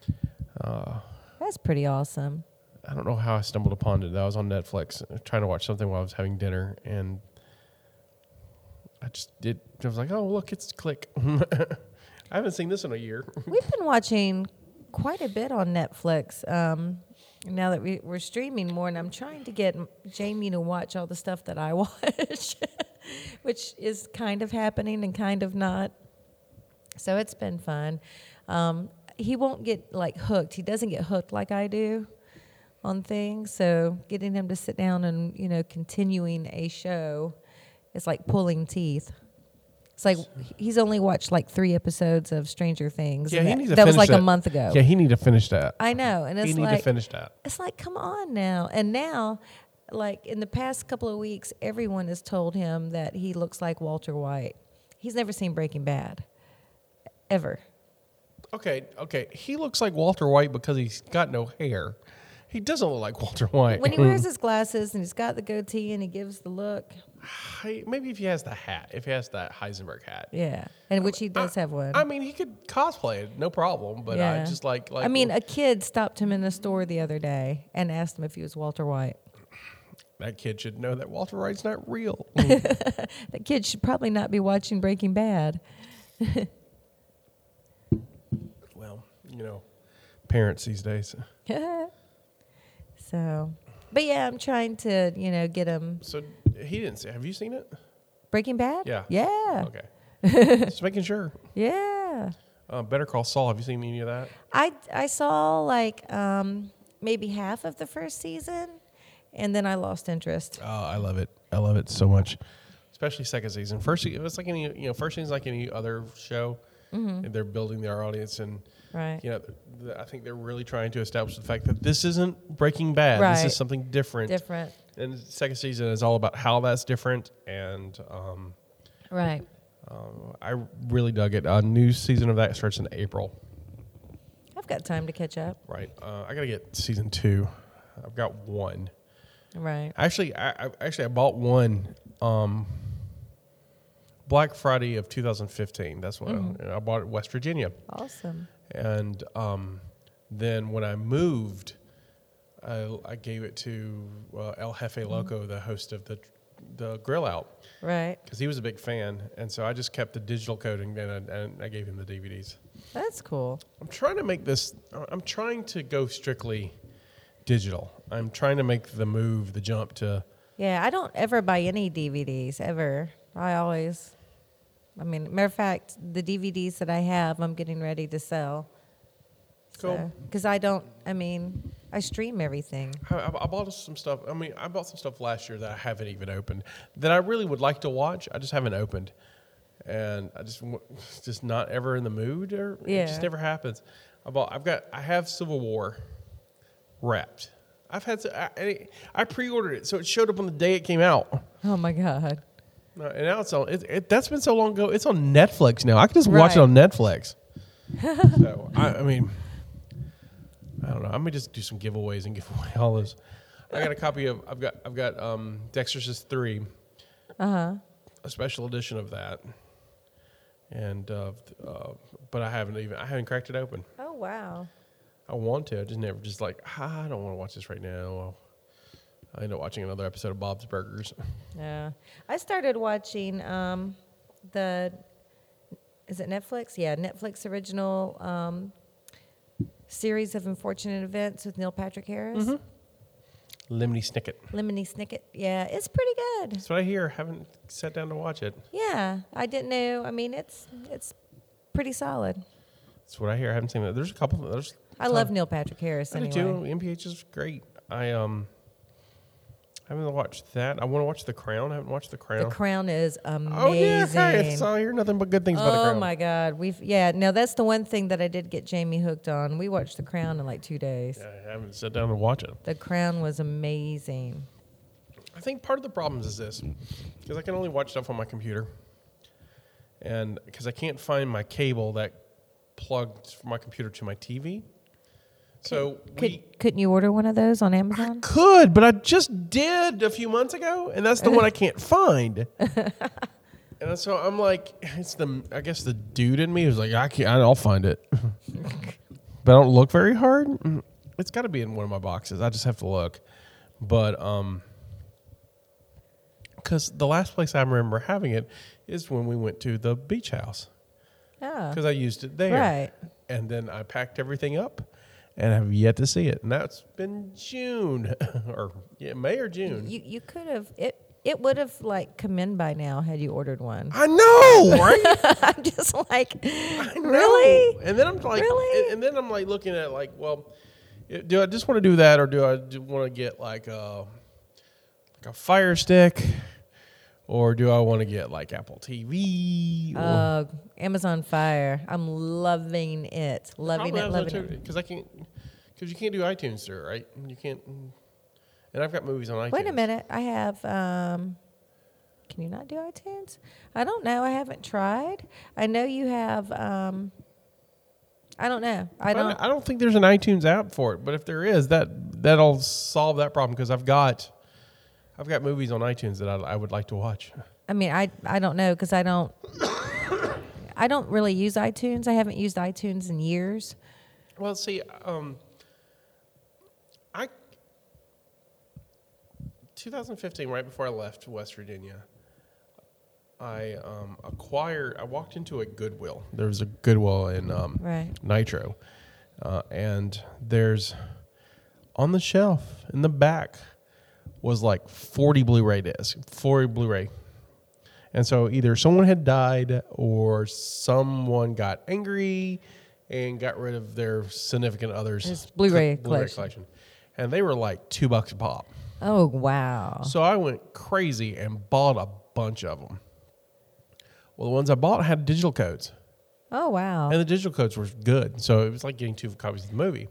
[SPEAKER 3] so.
[SPEAKER 4] that's pretty awesome.
[SPEAKER 3] I don't know how I stumbled upon it. I was on Netflix uh, trying to watch something while I was having dinner, and I just did. I was like, "Oh, look, it's Click." I haven't seen this in a year.
[SPEAKER 4] We've been watching quite a bit on Netflix. Um, now that we, we're streaming more, and I'm trying to get Jamie to watch all the stuff that I watch, which is kind of happening and kind of not. So it's been fun. Um, he won't get like hooked. He doesn't get hooked like I do on things. So getting him to sit down and you know continuing a show is like pulling teeth. It's like he's only watched like three episodes of Stranger Things. and that, that was like a month ago.
[SPEAKER 3] Yeah, he need to finish that.
[SPEAKER 4] I know, and
[SPEAKER 3] he
[SPEAKER 4] it's
[SPEAKER 3] need
[SPEAKER 4] like
[SPEAKER 3] to finish that.
[SPEAKER 4] it's like come on now and now like in the past couple of weeks everyone has told him that he looks like walter white he's never seen breaking bad ever
[SPEAKER 3] Okay, okay. He looks like Walter White because he's got no hair. He doesn't look like Walter White.
[SPEAKER 4] when he wears his glasses and he's got the goatee and he gives the look
[SPEAKER 3] I- maybe if he has the hat, if he has that Heisenberg hat.
[SPEAKER 4] yeah and which he does have one
[SPEAKER 3] I mean, he could cosplay it, no problem. But I just like, like
[SPEAKER 4] i mean a kid stopped him in the store the other day and asked him if he was walter white uh,
[SPEAKER 3] that kid should know that Walter White's not real.
[SPEAKER 4] that kid should probably not be watching breaking bad
[SPEAKER 3] Well, you know, parents these days.
[SPEAKER 4] so but yeah i'm trying to you know get him
[SPEAKER 3] So he didn't see. Have you seen it?
[SPEAKER 4] breaking bad
[SPEAKER 3] Yeah.
[SPEAKER 4] yeah
[SPEAKER 3] Okay. Just making sure.
[SPEAKER 4] Yeah.
[SPEAKER 3] Uh, Better Call Saul. Have you seen any of that?
[SPEAKER 4] I I saw like um maybe half of the first season, and then I lost interest.
[SPEAKER 3] Oh, I love it. I love it so much. Especially second season. First, se- it was like any you know first season's like any other show. And they're building their audience, and
[SPEAKER 4] Mm-hmm. Right.
[SPEAKER 3] you know, th- I think they're really trying to establish the fact that this isn't Breaking Bad. This
[SPEAKER 4] Right.
[SPEAKER 3] is something different.
[SPEAKER 4] Different.
[SPEAKER 3] And the second season is all about how that's different, and um,
[SPEAKER 4] Right.
[SPEAKER 3] I really dug it. A new season of that starts in April.
[SPEAKER 4] I've got time to catch up.
[SPEAKER 3] Right. Uh, I gotta get season two. I've got one.
[SPEAKER 4] Right.
[SPEAKER 3] Actually, I, I actually I bought one. Um, Black Friday of 2015. That's what I, I bought it in West Virginia,
[SPEAKER 4] Awesome.
[SPEAKER 3] and um, then when I moved, I, I gave it to uh, El Jefe Loco, the host of the the Grill Out,
[SPEAKER 4] Right.
[SPEAKER 3] because he was a big fan, and so I just kept the digital code and, and, I, and I gave him the DVDs.
[SPEAKER 4] That's cool.
[SPEAKER 3] I'm trying to make this. I'm trying to go strictly digital. I'm trying to make the move, the jump to.
[SPEAKER 4] Yeah, I don't ever buy any DVDs ever. I always, I mean, matter of fact, the DVDs that I have, I'm getting ready to sell.
[SPEAKER 3] Cool.
[SPEAKER 4] Because I don't. I mean, I stream everything.
[SPEAKER 3] I, I I bought some stuff. I mean, I bought some stuff last year that I haven't even opened that I really would like to watch. I just haven't opened, and I just wa- just not ever in the mood, or it
[SPEAKER 4] Yeah.
[SPEAKER 3] just never happens. I bought. I've got. I have Civil War wrapped. I've had. to- I, I- I pre-ordered it, so it showed up on the day it came out.
[SPEAKER 4] Oh my god.
[SPEAKER 3] No, and now it's on. It, it, that's been so long ago. It's on Netflix now. I can just watch it
[SPEAKER 4] Right.
[SPEAKER 3] on Netflix. so I, I mean, I don't know. I'm gonna just do some giveaways and give away all those. I got a copy of. I've got. I've got um, The Exorcist three. Uh huh. A special edition of that. And uh, uh, but I haven't even. I haven't cracked it open.
[SPEAKER 4] Oh wow.
[SPEAKER 3] I want to. I just never. Just like ah, I don't want to watch this right now. I end up watching another episode of Bob's Burgers.
[SPEAKER 4] Yeah. I started watching um, the is it Netflix? Yeah, Netflix original um, series of unfortunate events with Neil Patrick Harris,
[SPEAKER 3] Lemony Snicket.
[SPEAKER 4] Lemony Snicket. Yeah, it's pretty good.
[SPEAKER 3] That's what I hear. Haven't sat down to watch it.
[SPEAKER 4] Yeah, I didn't know. I mean, it's it's pretty solid.
[SPEAKER 3] That's what I hear. I haven't seen that. There's a couple. There's
[SPEAKER 4] I love Neil Patrick Harris
[SPEAKER 3] I do
[SPEAKER 4] anyway.
[SPEAKER 3] too. MPH is great. I um haven't watched that. I want to watch The Crown. I haven't watched The Crown.
[SPEAKER 4] The Crown is amazing.
[SPEAKER 3] Oh yeah, hey, so I hear nothing but good things about The
[SPEAKER 4] Oh
[SPEAKER 3] Crown.
[SPEAKER 4] my God, we've yeah. Now that's the one thing that I did get Jamie hooked on. We watched The Crown in like two days.
[SPEAKER 3] I haven't sat down to watch it.
[SPEAKER 4] The Crown was amazing.
[SPEAKER 3] I think part of the problems is this, because I can only watch stuff on my computer, and because I can't find my cable that plugs from my computer to my TV. So
[SPEAKER 4] Could,
[SPEAKER 3] we,
[SPEAKER 4] couldn't you order one of those on
[SPEAKER 3] I
[SPEAKER 4] Amazon?
[SPEAKER 3] could, but I just did a few months ago, and that's the one I can't find. and so I'm like, it's the I guess the dude in me who's like, I can't, I'll find it, but I don't look very hard. Mm, It's got to be in one of my boxes. I just have to look, but um, because the last place I remember having it is when we went to the beach house
[SPEAKER 4] Yeah.
[SPEAKER 3] because I used it there.
[SPEAKER 4] Right.
[SPEAKER 3] And then I packed everything up and have yet to see it. And that's been June or yeah, May or June.
[SPEAKER 4] You you could have it. It would have like come in by now had you ordered one.
[SPEAKER 3] I know, right?
[SPEAKER 4] I'm just like,
[SPEAKER 3] I know.
[SPEAKER 4] really?
[SPEAKER 3] And then I'm like,
[SPEAKER 4] Really?
[SPEAKER 3] and, and then I'm like looking at like, well, i- do I just want to do that or do I want to get like a like a fire stick, or do I want to get like Apple TV? or-
[SPEAKER 4] Uh, Amazon Fire. I'm loving it. Loving it. Loving it.
[SPEAKER 3] Because I can't, because you can't do iTunes through, it, right? You can't. And I've got movies on iTunes.
[SPEAKER 4] Wait a minute. I have. Um, can you not do iTunes? I don't know. I haven't tried. I know you have. Um, I don't know. I
[SPEAKER 3] I don't,
[SPEAKER 4] don't.
[SPEAKER 3] I don't think there's an iTunes app for it, but if there is, that that'll solve that problem because I've got I've got movies on iTunes that I, I would like to watch.
[SPEAKER 4] I mean, I I don't know because I don't. I don't really use iTunes. I haven't used iTunes in years.
[SPEAKER 3] Well, see, um, I 2015, right before I left West Virginia, I um, acquired. I walked into a Goodwill. There was a Goodwill in um,
[SPEAKER 4] Right.
[SPEAKER 3] Nitro, uh, and there's on the shelf in the back was like 40 Blu-ray discs, 40 Blu-ray. And so either someone had died or someone got angry and got rid of their significant others
[SPEAKER 4] His Blu-ray
[SPEAKER 3] Blu-ray
[SPEAKER 4] collection.
[SPEAKER 3] collection. and they were like two bucks a pop.
[SPEAKER 4] Oh wow.
[SPEAKER 3] So I went crazy and bought a bunch of them. Well, the ones I bought had digital codes,
[SPEAKER 4] Oh wow.
[SPEAKER 3] and the digital codes were good. So it was like getting two copies of the movie.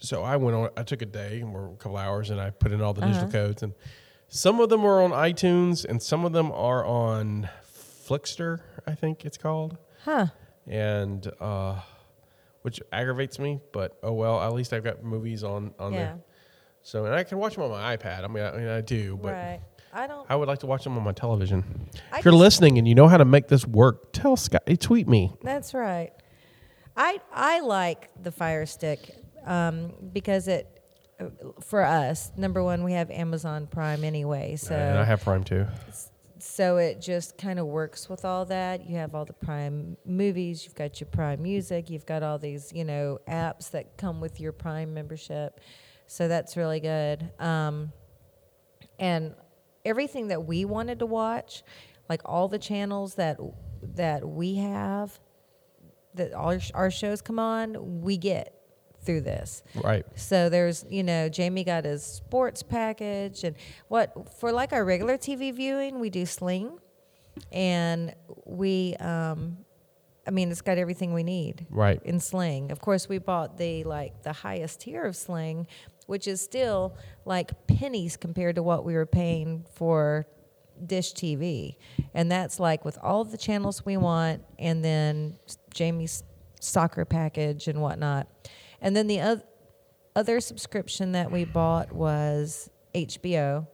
[SPEAKER 3] So I went on, I took a day or a couple hours and I put in all the
[SPEAKER 4] Uh-huh.
[SPEAKER 3] digital codes. And some of them are on iTunes and some of them are on Flickster, I think it's called.
[SPEAKER 4] Huh.
[SPEAKER 3] And, uh, which aggravates me, but oh well, at least I've got movies on, on there. So, and I can watch them on my iPad. I mean, I, I mean, I do, but.
[SPEAKER 4] Right. I don't.
[SPEAKER 3] I would like to watch them on my television.
[SPEAKER 4] I
[SPEAKER 3] if you're
[SPEAKER 4] just-
[SPEAKER 3] listening and you know how to make this work, tell Scott, tweet me.
[SPEAKER 4] That's right. I I like the Fire Stick um, because it uh, for us number one we have Amazon Prime anyway, so
[SPEAKER 3] and I have Prime too.
[SPEAKER 4] so it just kind of works with all that. You have all the Prime movies, you've got your Prime music, you've got all these you know apps that come with your Prime membership, so that's really good. Um, and everything that we wanted to watch, like all the channels that that we have, that all our, our shows come on, we get through this.
[SPEAKER 3] Right.
[SPEAKER 4] So there's, you know, Jamie got his sports package and what for like our regular TV viewing, we do Sling and we um I mean, it's got everything we need.
[SPEAKER 3] Right.
[SPEAKER 4] In Sling. Of course, we bought the like the highest tier of Sling, which is still like pennies compared to what we were paying for Dish TV. And that's like with all the channels we want and then Jamie's soccer package and whatnot. And then the other other subscription that we bought was HBO.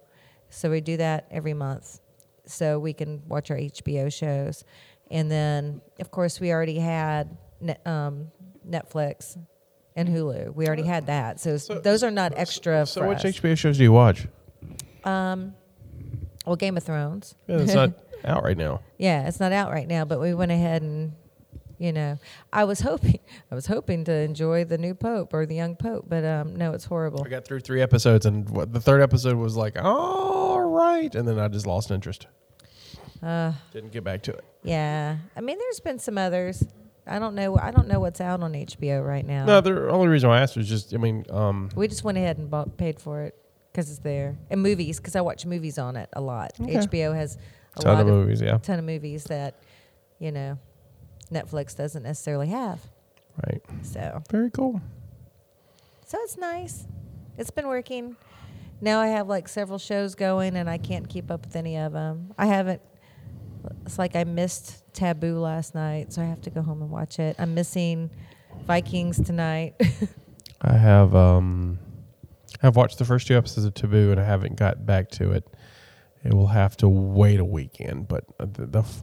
[SPEAKER 4] So we do that every month. So we can watch our HBO shows. And then, of course, we already had ne- um, Netflix and Hulu. We already had that. So, it's- those are not extra
[SPEAKER 3] So,
[SPEAKER 4] for
[SPEAKER 3] which
[SPEAKER 4] us.
[SPEAKER 3] HBO shows do you watch?
[SPEAKER 4] well, Game of Thrones.
[SPEAKER 3] Yeah, it's not out right now.
[SPEAKER 4] Yeah, it's not out right now, but we went ahead and you know, I was hoping I was hoping to enjoy the new pope or the young pope, but um no, it's horrible.
[SPEAKER 3] I got through three episodes, and what, the third episode was like, all right, and then I just lost interest. Didn't get back to it.
[SPEAKER 4] Yeah. I mean, there's been some others. I don't know. I don't know what's out on HBO right now.
[SPEAKER 3] No, the only reason I asked was just, I mean, um,
[SPEAKER 4] We just went ahead and bought, paid for it because it's there. And movies, because I watch movies on it a lot. HBO has a
[SPEAKER 3] ton
[SPEAKER 4] lot
[SPEAKER 3] of movies, yeah,
[SPEAKER 4] ton of movies that, you know, Netflix doesn't necessarily have.
[SPEAKER 3] right.
[SPEAKER 4] So,
[SPEAKER 3] Very cool.
[SPEAKER 4] so it's nice. It's been working. Now I have like several shows going, and I can't keep up with any of them. I haven't. It's like I missed Taboo last night, so I have to go home and watch it. I'm missing Vikings tonight.
[SPEAKER 3] I have um, I've watched the first two episodes of Taboo and I haven't got back to it. It will have to wait a weekend, but uh, the, the f-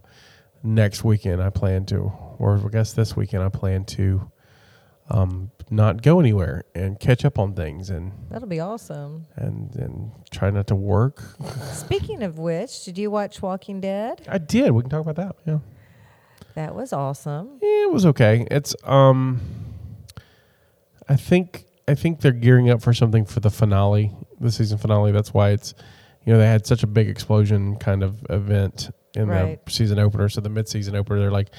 [SPEAKER 3] next weekend I plan to, or I guess this weekend I plan to, um, not go anywhere and catch up on things and
[SPEAKER 4] That'll be awesome.
[SPEAKER 3] and and try not to work.
[SPEAKER 4] Speaking of which, did you watch Walking Dead?
[SPEAKER 3] I did. We can talk about that. Yeah.
[SPEAKER 4] That was awesome.
[SPEAKER 3] Yeah, Eh, it was okay. It's um, I think I think they're gearing up for something for the finale, the season finale. That's why it's, you know, they had such a big explosion kind of event in
[SPEAKER 4] Right.
[SPEAKER 3] the season opener. So the mid-season opener, they're like,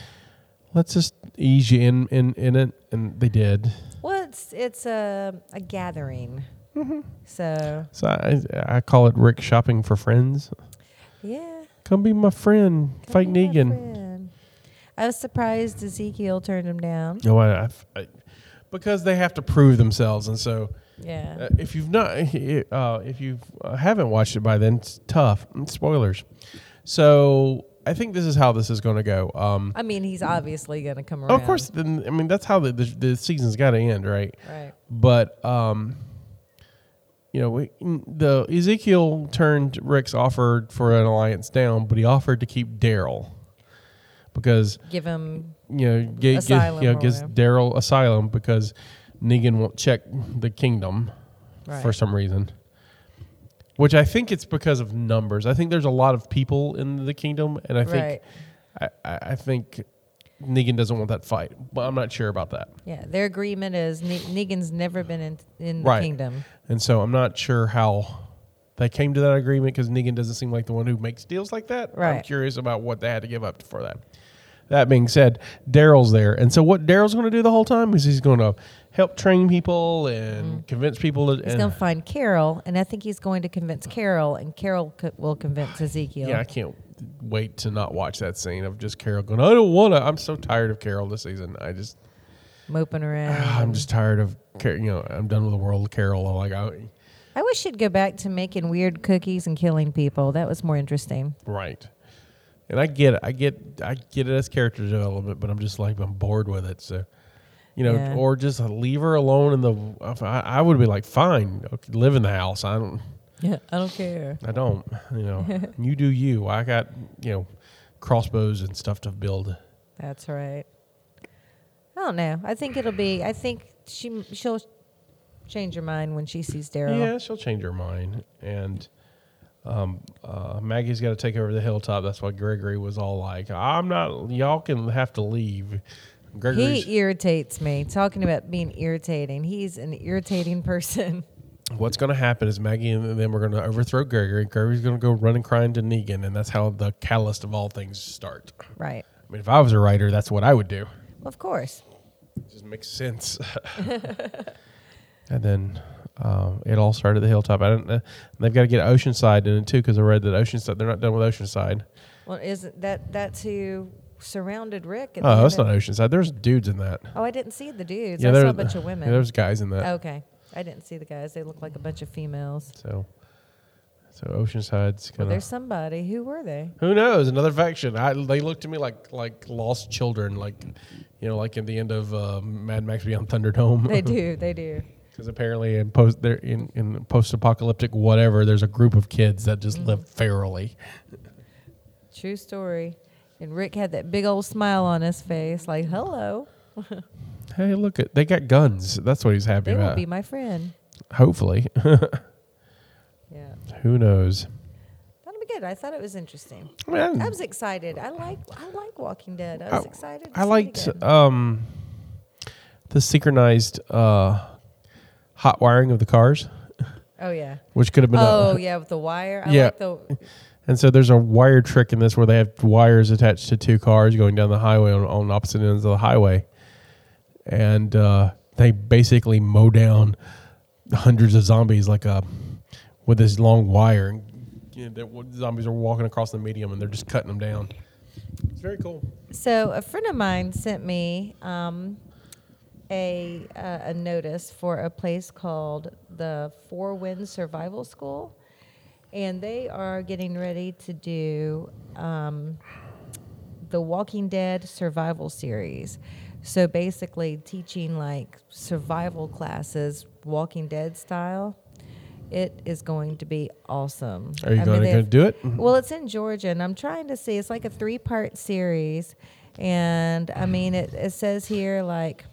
[SPEAKER 3] let's just ease you in in in it, and they did.
[SPEAKER 4] Well, it's it's a a gathering. So
[SPEAKER 3] So I I call it Rick shopping for friends.
[SPEAKER 4] yeah,
[SPEAKER 3] Come be my friend,
[SPEAKER 4] come
[SPEAKER 3] fight
[SPEAKER 4] be my
[SPEAKER 3] Negan.
[SPEAKER 4] friend. I was surprised Ezekiel turned him down.
[SPEAKER 3] No, I, I, I because they have to prove themselves, and so.
[SPEAKER 4] Yeah.
[SPEAKER 3] Uh, if you've not, uh, if you uh, haven't watched it by then, it's tough. Mm, Spoilers. So I think this is how this is going to go. Um,
[SPEAKER 4] I mean, he's obviously going to come around.
[SPEAKER 3] of course, then I mean that's how the the, the season's got to end, right?
[SPEAKER 4] Right.
[SPEAKER 3] But um, you know, we, mm, the Ezekiel turned Rick's offer for an alliance down, but he offered to keep Daryl because
[SPEAKER 4] Give him.
[SPEAKER 3] you know, g- g-
[SPEAKER 4] Asylum
[SPEAKER 3] you know
[SPEAKER 4] or
[SPEAKER 3] gives Daryl asylum because Negan won't check the kingdom for
[SPEAKER 4] Right.
[SPEAKER 3] some reason. Which I think it's because of numbers. I think there's a lot of people in the kingdom, and I think
[SPEAKER 4] Right.
[SPEAKER 3] I, I I think Negan doesn't want that fight, but I'm not sure about that.
[SPEAKER 4] Yeah. Their agreement is ne- Negan's never been in in the
[SPEAKER 3] Right.
[SPEAKER 4] kingdom.
[SPEAKER 3] And so I'm not sure how they came to that agreement because Negan doesn't seem like the one who makes deals like that. I'm
[SPEAKER 4] Right.
[SPEAKER 3] curious about what they had to give up for that. That being said, Daryl's there, and so what Daryl's going to do the whole time is he's going to help train people and convince people. To,
[SPEAKER 4] Mm-hmm. He's
[SPEAKER 3] and-
[SPEAKER 4] going to find Carol, and I think he's going to convince Carol, and Carol co- will convince Ezekiel.
[SPEAKER 3] yeah, I can't wait to not watch that scene of just Carol going. I don't want to. I'm so tired of Carol this season. I just
[SPEAKER 4] Moping around.
[SPEAKER 3] I'm just tired of Car- you know I'm done with the world of Carol. I'm like I,
[SPEAKER 4] I wish she'd go back to making weird cookies and killing people. That was more interesting.
[SPEAKER 3] right. And I get it. I get I get it as character development, but I'm just like I'm bored with it. So you know,
[SPEAKER 4] Yeah.
[SPEAKER 3] or just leave her alone in the. I, I would be like, fine, okay, live in the house. I don't.
[SPEAKER 4] Yeah, I don't care.
[SPEAKER 3] I don't. You know, you do you. I got you know crossbows and stuff to build.
[SPEAKER 4] That's right. I don't know. I think it'll be. I think she she'll change her mind when she sees Daryl.
[SPEAKER 3] Yeah, she'll change her mind. And um, uh, Maggie's got to take over the hilltop. That's why Gregory was all like, "I'm not. Y'all can have to leave." Gregory's.
[SPEAKER 4] He irritates me. Talking about being irritating, he's an irritating person.
[SPEAKER 3] what's going to happen is Maggie and then we're going to overthrow Gregory. Gregory's going to go run and cry into Negan, and that's how the catalyst of all things start.
[SPEAKER 4] right.
[SPEAKER 3] I mean, if I was a writer, that's what I would do.
[SPEAKER 4] Of course.
[SPEAKER 3] It just makes sense. and then um, it all started at the hilltop. I don't. Uh, they've got to get Oceanside in it too, because I read that Oceanside. They're not done with Oceanside.
[SPEAKER 4] Well, isn't that that's who surrounded Rick? at the
[SPEAKER 3] Oh,
[SPEAKER 4] end
[SPEAKER 3] that's
[SPEAKER 4] of-
[SPEAKER 3] not Oceanside. There's dudes in that.
[SPEAKER 4] Oh, I didn't see the dudes.
[SPEAKER 3] Yeah,
[SPEAKER 4] I
[SPEAKER 3] there-
[SPEAKER 4] saw a bunch of women. Oh.
[SPEAKER 3] Yeah, there's guys in that.
[SPEAKER 4] okay. I didn't see the guys. They look like a bunch of females.
[SPEAKER 3] So, so Oceanside's
[SPEAKER 4] Well,
[SPEAKER 3] kind
[SPEAKER 4] there's
[SPEAKER 3] of.
[SPEAKER 4] somebody. Who were they?
[SPEAKER 3] Who knows? Another faction. I, they look to me like like lost children, like you know, like at the end of uh, Mad Max Beyond Thunderdome.
[SPEAKER 4] They do. They do.
[SPEAKER 3] Because apparently, in post there in, in post apocalyptic whatever, there's a group of kids that just live
[SPEAKER 4] Mm.
[SPEAKER 3] ferally.
[SPEAKER 4] True story. And Rick had that big old smile on his face, like, hello.
[SPEAKER 3] Hey, look at they got guns. That's what he's happy
[SPEAKER 4] They will
[SPEAKER 3] about.
[SPEAKER 4] be my friend.
[SPEAKER 3] Hopefully,
[SPEAKER 4] Yeah.
[SPEAKER 3] who knows?
[SPEAKER 4] That'll be good. I thought it was interesting.
[SPEAKER 3] I, mean, I didn't-
[SPEAKER 4] I was excited. I like I like Walking Dead. I was excited. to
[SPEAKER 3] I
[SPEAKER 4] see it
[SPEAKER 3] liked
[SPEAKER 4] again.
[SPEAKER 3] um, the synchronized uh, hot wiring of the cars,
[SPEAKER 4] Oh yeah.
[SPEAKER 3] which could have been.
[SPEAKER 4] Oh
[SPEAKER 3] a,
[SPEAKER 4] yeah, with the wire. I
[SPEAKER 3] uh, Yeah.
[SPEAKER 4] like the
[SPEAKER 3] And so there's a wire trick in this where they have wires attached to two cars going down the highway on, on opposite ends of the highway, and uh, they basically mow down hundreds of zombies like a with this long wire. And you know, the zombies are walking across the medium and they're just cutting them down. It's very cool.
[SPEAKER 4] So a friend of mine sent me um, a uh, a notice for a place called the Four Winds Survival School, and they are getting ready to do um, the Walking Dead survival series. So basically, teaching like survival classes, Walking Dead style. It is going to be awesome.
[SPEAKER 3] Are you
[SPEAKER 4] I mean,
[SPEAKER 3] going to
[SPEAKER 4] they've-
[SPEAKER 3] do it?
[SPEAKER 4] well, it's in Georgia, and I'm trying to see. It's like a three part series, and I mean, it, it says here like.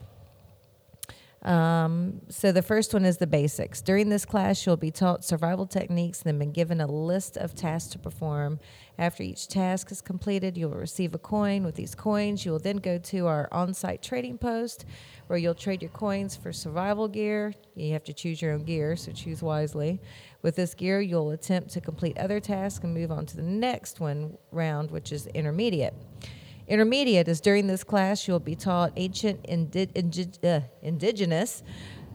[SPEAKER 4] Um, so the first one is the basics. During this class, you'll be taught survival techniques, then been given a list of tasks to perform. After each task is completed, you will receive a coin. With these coins, you will then go to our on-site trading post, where you'll trade your coins for survival gear. You have to choose your own gear, so choose wisely. With this gear, you'll attempt to complete other tasks and move on to the next one round, which is intermediate. Intermediate is during this class you'll be taught ancient indi- indi- uh, indigenous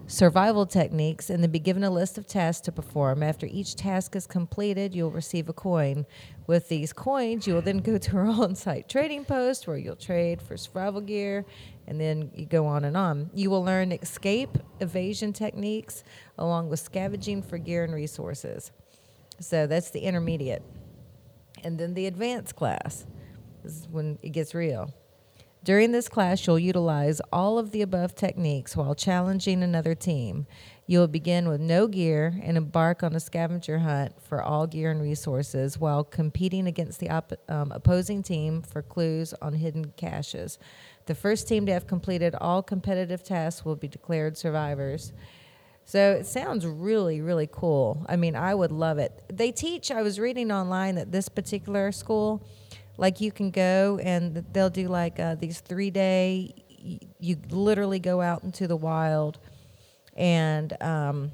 [SPEAKER 4] survival techniques and then be given a list of tasks to perform. After each task is completed, you'll receive a coin. With these coins, you will then go to our on site trading post where you'll trade for survival gear and then you go on and on. You will learn escape evasion techniques along with scavenging for gear and resources. So that's the intermediate and then the advanced class. This is when it gets real. During this class, you'll utilize all of the above techniques while challenging another team. You'll begin with no gear and embark on a scavenger hunt for all gear and resources while competing against the op- um, opposing team for clues on hidden caches. The first team to have completed all competitive tasks will be declared survivors. So it sounds really, really cool. I mean, I would love it. They teach, I was reading online that this particular school, like you can go and they'll do like uh, these three day, y- you literally go out into the wild and um,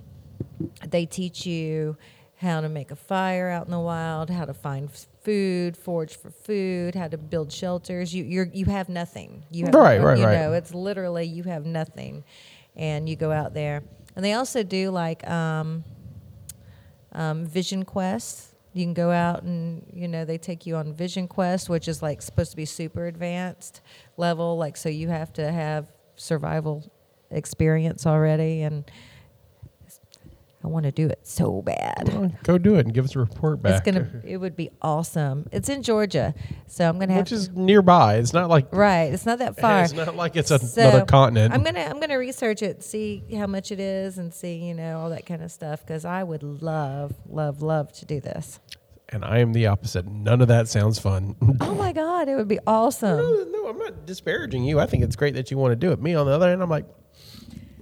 [SPEAKER 4] they teach you how to make a fire out in the wild, how to find f- food, forage for food, how to build shelters. You you're, you have nothing. You have
[SPEAKER 3] Right,
[SPEAKER 4] no-
[SPEAKER 3] right,
[SPEAKER 4] you
[SPEAKER 3] right.
[SPEAKER 4] know, it's literally you have nothing, and you go out there. And they also do like um, um, vision quests. You can go out and you know they take you on vision quest, which is like supposed to be super advanced level. Like so, you have to have survival experience already, and I want to do it so bad.
[SPEAKER 3] Well, go do it and give us a report back.
[SPEAKER 4] It's gonna. It would be awesome. It's in Georgia, so I'm gonna have.
[SPEAKER 3] Which is nearby. It's not like
[SPEAKER 4] right. It's not that far.
[SPEAKER 3] it's not like it's a-
[SPEAKER 4] So,
[SPEAKER 3] another continent.
[SPEAKER 4] I'm gonna. I'm gonna research it, see how much it is, and see you know all that kind of stuff. Because I would love, love, love to do this.
[SPEAKER 3] and I am the opposite. None of that sounds fun.
[SPEAKER 4] Oh my God, it would be awesome.
[SPEAKER 3] Uh, no, no, I'm not disparaging you. I think it's great that you want to do it. Me on the other hand, I'm like,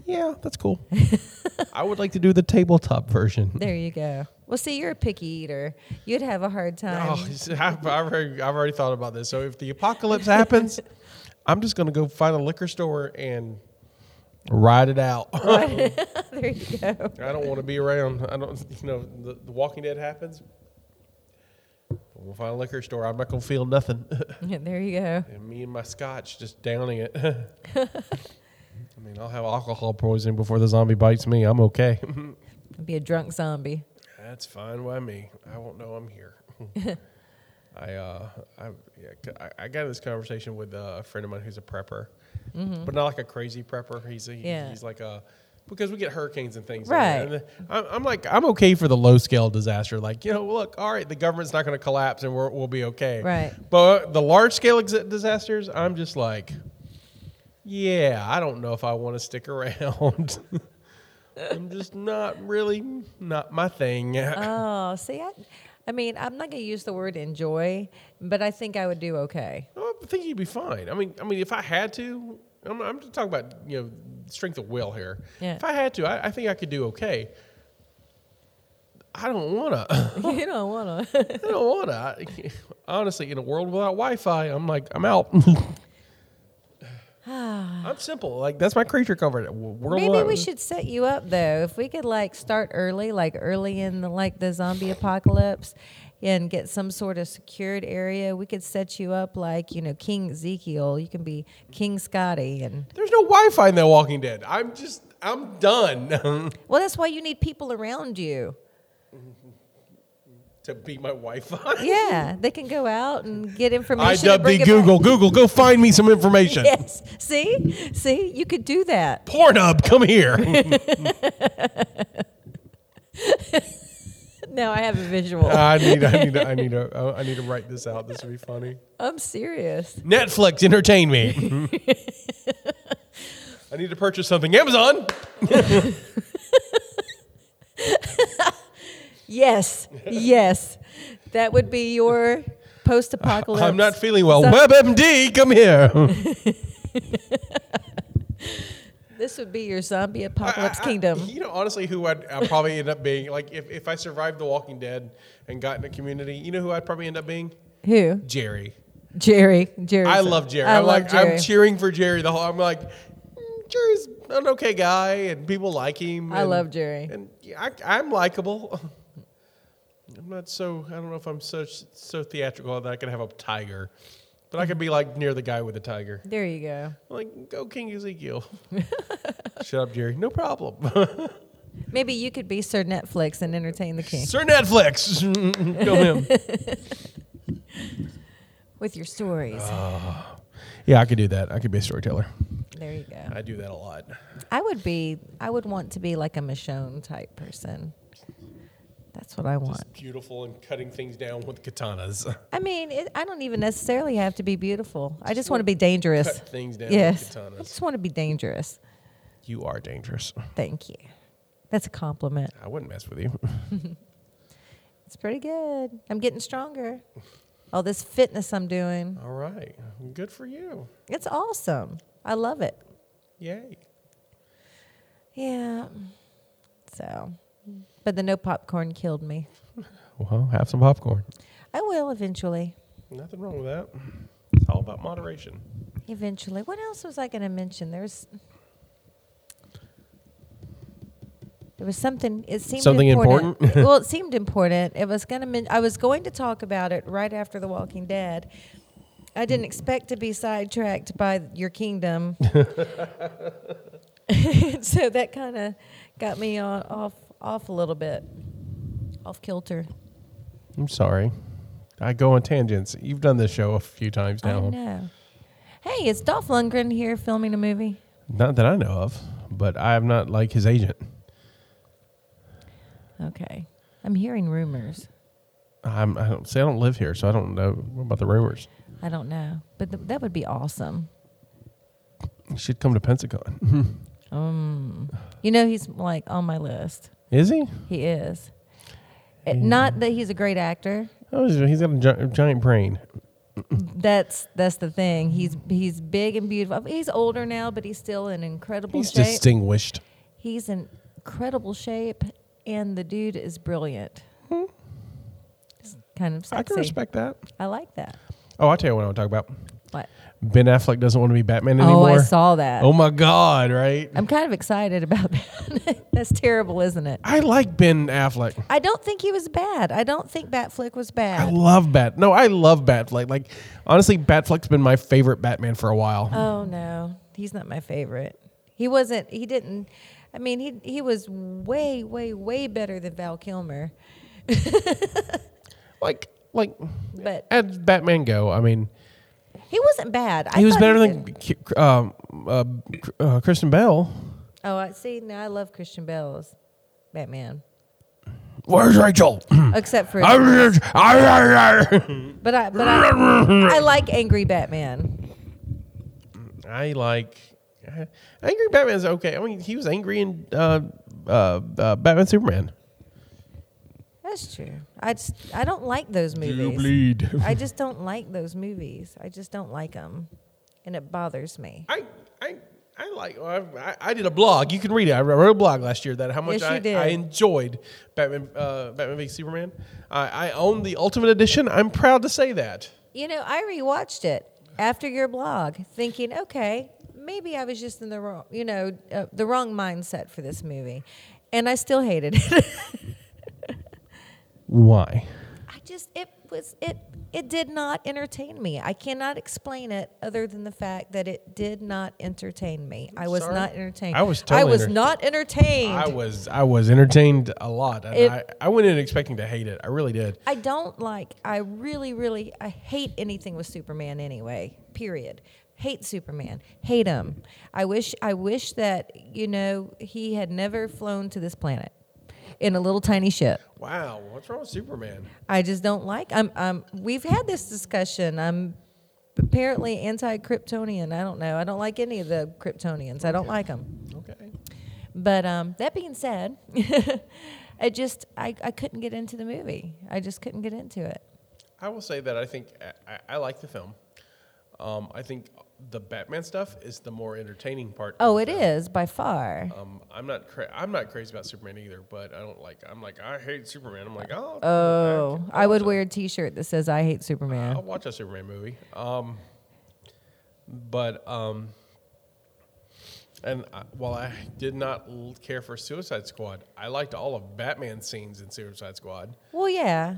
[SPEAKER 3] yeah, that's cool. I would like to do the tabletop version.
[SPEAKER 4] There you go. Well, see, you're a picky eater. You'd have a hard time.
[SPEAKER 3] Oh, it's- I've, I've, already, I've already thought about this. So if the apocalypse happens, I'm just going to go find a liquor store and ride it out.
[SPEAKER 4] there you go.
[SPEAKER 3] I don't want to be around. I don't, you know, the, the Walking Dead happens. I'm going to find a liquor store. I'm not going to feel nothing.
[SPEAKER 4] Yeah, there you go.
[SPEAKER 3] and me and my scotch just downing it. I mean, I'll have alcohol poisoning before the zombie bites me. I'm okay.
[SPEAKER 4] Be a drunk zombie.
[SPEAKER 3] That's fine by me. I won't know I'm here. I, uh, I, yeah, c- I, I got in this conversation with uh, a friend of mine who's a prepper, but not like a crazy prepper. He's a, he-
[SPEAKER 4] Yeah.
[SPEAKER 3] he's like a because we get hurricanes and things.
[SPEAKER 4] Right.
[SPEAKER 3] Like that. And I'm, I'm like I'm okay for the low scale disaster. Like you know, look, all right, the government's not going to collapse and we're, we'll be okay.
[SPEAKER 4] Right.
[SPEAKER 3] But the large scale ex- disasters, I'm just like, yeah, I don't know if I want to stick around. I'm just not really not my thing.
[SPEAKER 4] Oh, see, I, I mean, I'm not gonna use the word enjoy, but I think I would do okay.
[SPEAKER 3] I think you'd be fine. I mean, I mean, if I had to, I'm, I'm just talking about you know strength of will here.
[SPEAKER 4] Yeah.
[SPEAKER 3] If I had to, I, I think I could do okay. I don't wanna. I
[SPEAKER 4] you don't want to.
[SPEAKER 3] don't wanna. I- honestly, in a world without Wi-Fi, I'm like, I'm out. I'm simple. Like that's my creature comfort. W- World
[SPEAKER 4] Maybe
[SPEAKER 3] without-
[SPEAKER 4] we should set you up though. If we could like start early, like early in the, like the zombie apocalypse, and get some sort of secured area, we could set you up like you know King Ezekiel. You can be King Scotty, and
[SPEAKER 3] There's no Wi-Fi in The Walking Dead. I'm just. I'm done
[SPEAKER 4] well, that's why you need people around you.
[SPEAKER 3] to be my Wi-Fi.
[SPEAKER 4] Yeah, they can go out and get information.
[SPEAKER 3] I
[SPEAKER 4] and
[SPEAKER 3] dub the
[SPEAKER 4] bring it
[SPEAKER 3] Google.
[SPEAKER 4] back.
[SPEAKER 3] Google, go find me some information.
[SPEAKER 4] Yes. See, see, you could do that.
[SPEAKER 3] Pornhub, come here.
[SPEAKER 4] No, I have a visual.
[SPEAKER 3] I need, I need, I need, to, I need to write this out. This would be funny.
[SPEAKER 4] I'm serious.
[SPEAKER 3] Netflix, entertain me. I need to purchase something. Amazon.
[SPEAKER 4] Yes, yes, that would be your post-apocalypse.
[SPEAKER 3] I'm not feeling well.
[SPEAKER 4] So-
[SPEAKER 3] WebMD, come here.
[SPEAKER 4] This would be your zombie apocalypse
[SPEAKER 3] I- I-
[SPEAKER 4] kingdom.
[SPEAKER 3] you know, honestly, who I'd, I'd probably end up being like if, if I survived The Walking Dead and got in a community. You know who I'd probably end up being?
[SPEAKER 4] Who?
[SPEAKER 3] Jerry.
[SPEAKER 4] Jerry. Jerry.
[SPEAKER 3] I love Jerry.
[SPEAKER 4] I
[SPEAKER 3] am
[SPEAKER 4] love
[SPEAKER 3] like I'm
[SPEAKER 4] Jerry.
[SPEAKER 3] cheering for Jerry the whole. I'm like "Mm, Jerry's an okay guy and people like him.
[SPEAKER 4] I
[SPEAKER 3] and-
[SPEAKER 4] love Jerry.
[SPEAKER 3] And yeah, I, I'm likable. I'm not so. I don't know if I'm so so theatrical that I can have a tiger, but I could be like near the guy with the tiger.
[SPEAKER 4] There you go.
[SPEAKER 3] Like go King Ezekiel. Shut up, Jerry. No problem.
[SPEAKER 4] Maybe you could be Sir Netflix and entertain the king
[SPEAKER 3] Sir Netflix. go him.
[SPEAKER 4] with your stories.
[SPEAKER 3] Uh, Yeah, I could do that. I could be a storyteller.
[SPEAKER 4] there you go.
[SPEAKER 3] I do that a lot.
[SPEAKER 4] I would be. I would want to be like a Michonne type person. That's what I want.
[SPEAKER 3] Beautiful and cutting things down with katanas.
[SPEAKER 4] I mean, it, I don't even necessarily have to be beautiful. I just want to be dangerous.
[SPEAKER 3] Cut things down
[SPEAKER 4] Yes.
[SPEAKER 3] with
[SPEAKER 4] I
[SPEAKER 3] katanas.
[SPEAKER 4] just want to be dangerous.
[SPEAKER 3] You are dangerous.
[SPEAKER 4] Thank you. That's a compliment.
[SPEAKER 3] I wouldn't mess with you.
[SPEAKER 4] It's pretty good. I'm getting stronger. All this fitness I'm doing.
[SPEAKER 3] All right. Good for you.
[SPEAKER 4] It's awesome. I love it.
[SPEAKER 3] Yay.
[SPEAKER 4] Yeah. So, but the no popcorn killed me.
[SPEAKER 3] Well, have some popcorn.
[SPEAKER 4] I will eventually.
[SPEAKER 3] Nothing wrong with that. It's all about moderation.
[SPEAKER 4] Eventually. What else was I going to mention? There's. There was something. It seemed
[SPEAKER 3] Something important?
[SPEAKER 4] well, it seemed important. It was gonna. Men- I was going to talk about it right after The Walking Dead. I didn't expect to be sidetracked by your kingdom, so that kind of got me on, off off a little bit, off kilter.
[SPEAKER 3] I'm sorry. I go on tangents. You've done this show a few times
[SPEAKER 4] I
[SPEAKER 3] now.
[SPEAKER 4] know. Hey, is Dolph Lundgren here filming a movie?
[SPEAKER 3] Not that I know of, but I'm not like his agent.
[SPEAKER 4] Okay, I'm hearing rumors.
[SPEAKER 3] I'm, I don't say I don't live here, so I don't know about the rumors.
[SPEAKER 4] I don't know, but th- that would be awesome.
[SPEAKER 3] You should come to Pensacon.
[SPEAKER 4] Um, you know, he's like on my list.
[SPEAKER 3] Is he?
[SPEAKER 4] He is. It-
[SPEAKER 3] Mm.
[SPEAKER 4] Not that he's a great actor.
[SPEAKER 3] Oh, he's he's got a gi- giant brain.
[SPEAKER 4] That's that's the thing. He's he's big and beautiful. He's older now, but he's still in incredible
[SPEAKER 3] He's
[SPEAKER 4] shape.
[SPEAKER 3] distinguished.
[SPEAKER 4] He's in incredible shape, and the dude is brilliant. It's kind of
[SPEAKER 3] Hmm. I can
[SPEAKER 4] sexy.
[SPEAKER 3] respect that.
[SPEAKER 4] I like that.
[SPEAKER 3] Oh, I'll tell you what I want to talk about.
[SPEAKER 4] What?
[SPEAKER 3] Ben Affleck doesn't want to be Batman
[SPEAKER 4] Oh,
[SPEAKER 3] anymore.
[SPEAKER 4] I saw that.
[SPEAKER 3] Oh my God! Right?
[SPEAKER 4] I'm kind of excited about that. that's terrible, isn't it?
[SPEAKER 3] I like Ben Affleck.
[SPEAKER 4] I don't think he was bad. I don't think Batflick was bad.
[SPEAKER 3] I love Bat. No, I love Batfleck. Like honestly, Batfleck's been my favorite Batman for a while.
[SPEAKER 4] Oh no, he's not my favorite. He wasn't. He didn't. I mean, he he was way, way, way better than Val Kilmer.
[SPEAKER 3] like, like,
[SPEAKER 4] But
[SPEAKER 3] as Batman go, I mean,
[SPEAKER 4] he wasn't bad. I
[SPEAKER 3] he was
[SPEAKER 4] thought
[SPEAKER 3] better than
[SPEAKER 4] did-
[SPEAKER 3] K- um, uh, uh, Kristen Bell.
[SPEAKER 4] Oh, I see. Now I love Christian Bale's Batman,
[SPEAKER 3] Where's Rachel?
[SPEAKER 4] except for.
[SPEAKER 3] I
[SPEAKER 4] but I but I, I like Angry Batman.
[SPEAKER 3] like angry Batman's okay. I mean, he was angry in uh, uh, uh, Batman Superman.
[SPEAKER 4] That's true. I just I don't like those movies.
[SPEAKER 3] bleed?
[SPEAKER 4] I just don't like those movies. I just don't like them, and it bothers me.
[SPEAKER 3] I I I like. I, I- I did a blog. You can read it. I wrote a blog last year that how much
[SPEAKER 4] Yes, you
[SPEAKER 3] I,
[SPEAKER 4] did.
[SPEAKER 3] I enjoyed Batman uh, Batman v Superman. I, I own the Ultimate Edition. I'm proud to say that.
[SPEAKER 4] You know, I rewatched it after your blog, thinking, okay, maybe I was just in the wrong, you know, uh, the wrong mindset for this movie, and I still hated it.
[SPEAKER 3] Why?
[SPEAKER 4] I just, it was, it, it did not entertain me. I cannot explain it other than the fact that it did not entertain me. I was
[SPEAKER 3] Sorry?
[SPEAKER 4] not entertained.
[SPEAKER 3] I was
[SPEAKER 4] I
[SPEAKER 3] totally
[SPEAKER 4] was
[SPEAKER 3] enter-
[SPEAKER 4] not entertained.
[SPEAKER 3] I was I was entertained a lot. and
[SPEAKER 4] It-
[SPEAKER 3] I, I went in expecting to hate it. I really did.
[SPEAKER 4] I don't like. I really, really, I hate anything with Superman anyway. Period. Hate Superman. Hate him. I wish. I wish that you know he had never flown to this planet in a little tiny ship.
[SPEAKER 3] Wow, what's wrong with Superman?
[SPEAKER 4] I just don't like. I'm. I'm. We've had this discussion. I'm apparently anti-Kryptonian. I don't know. I don't like any of the Kryptonians. I don't like them.
[SPEAKER 3] Okay.
[SPEAKER 4] But um, that being said, I just I, I couldn't get into the movie. I just couldn't get into it.
[SPEAKER 3] I will say that I think I, I, I like the film. Um, I think the Batman stuff is the more entertaining part.
[SPEAKER 4] Oh, it is by far.
[SPEAKER 3] Um, I'm not cra- I'm not crazy about Superman either, but I don't like. I'm like I hate Superman. I'm like oh.
[SPEAKER 4] Oh, I would wear a T-shirt that says "I hate Superman."
[SPEAKER 3] I'll watch a Superman movie. Um, but um, and I, while I did not l- care for Suicide Squad, I liked all of Batman's scenes in Suicide Squad,
[SPEAKER 4] Well, yeah,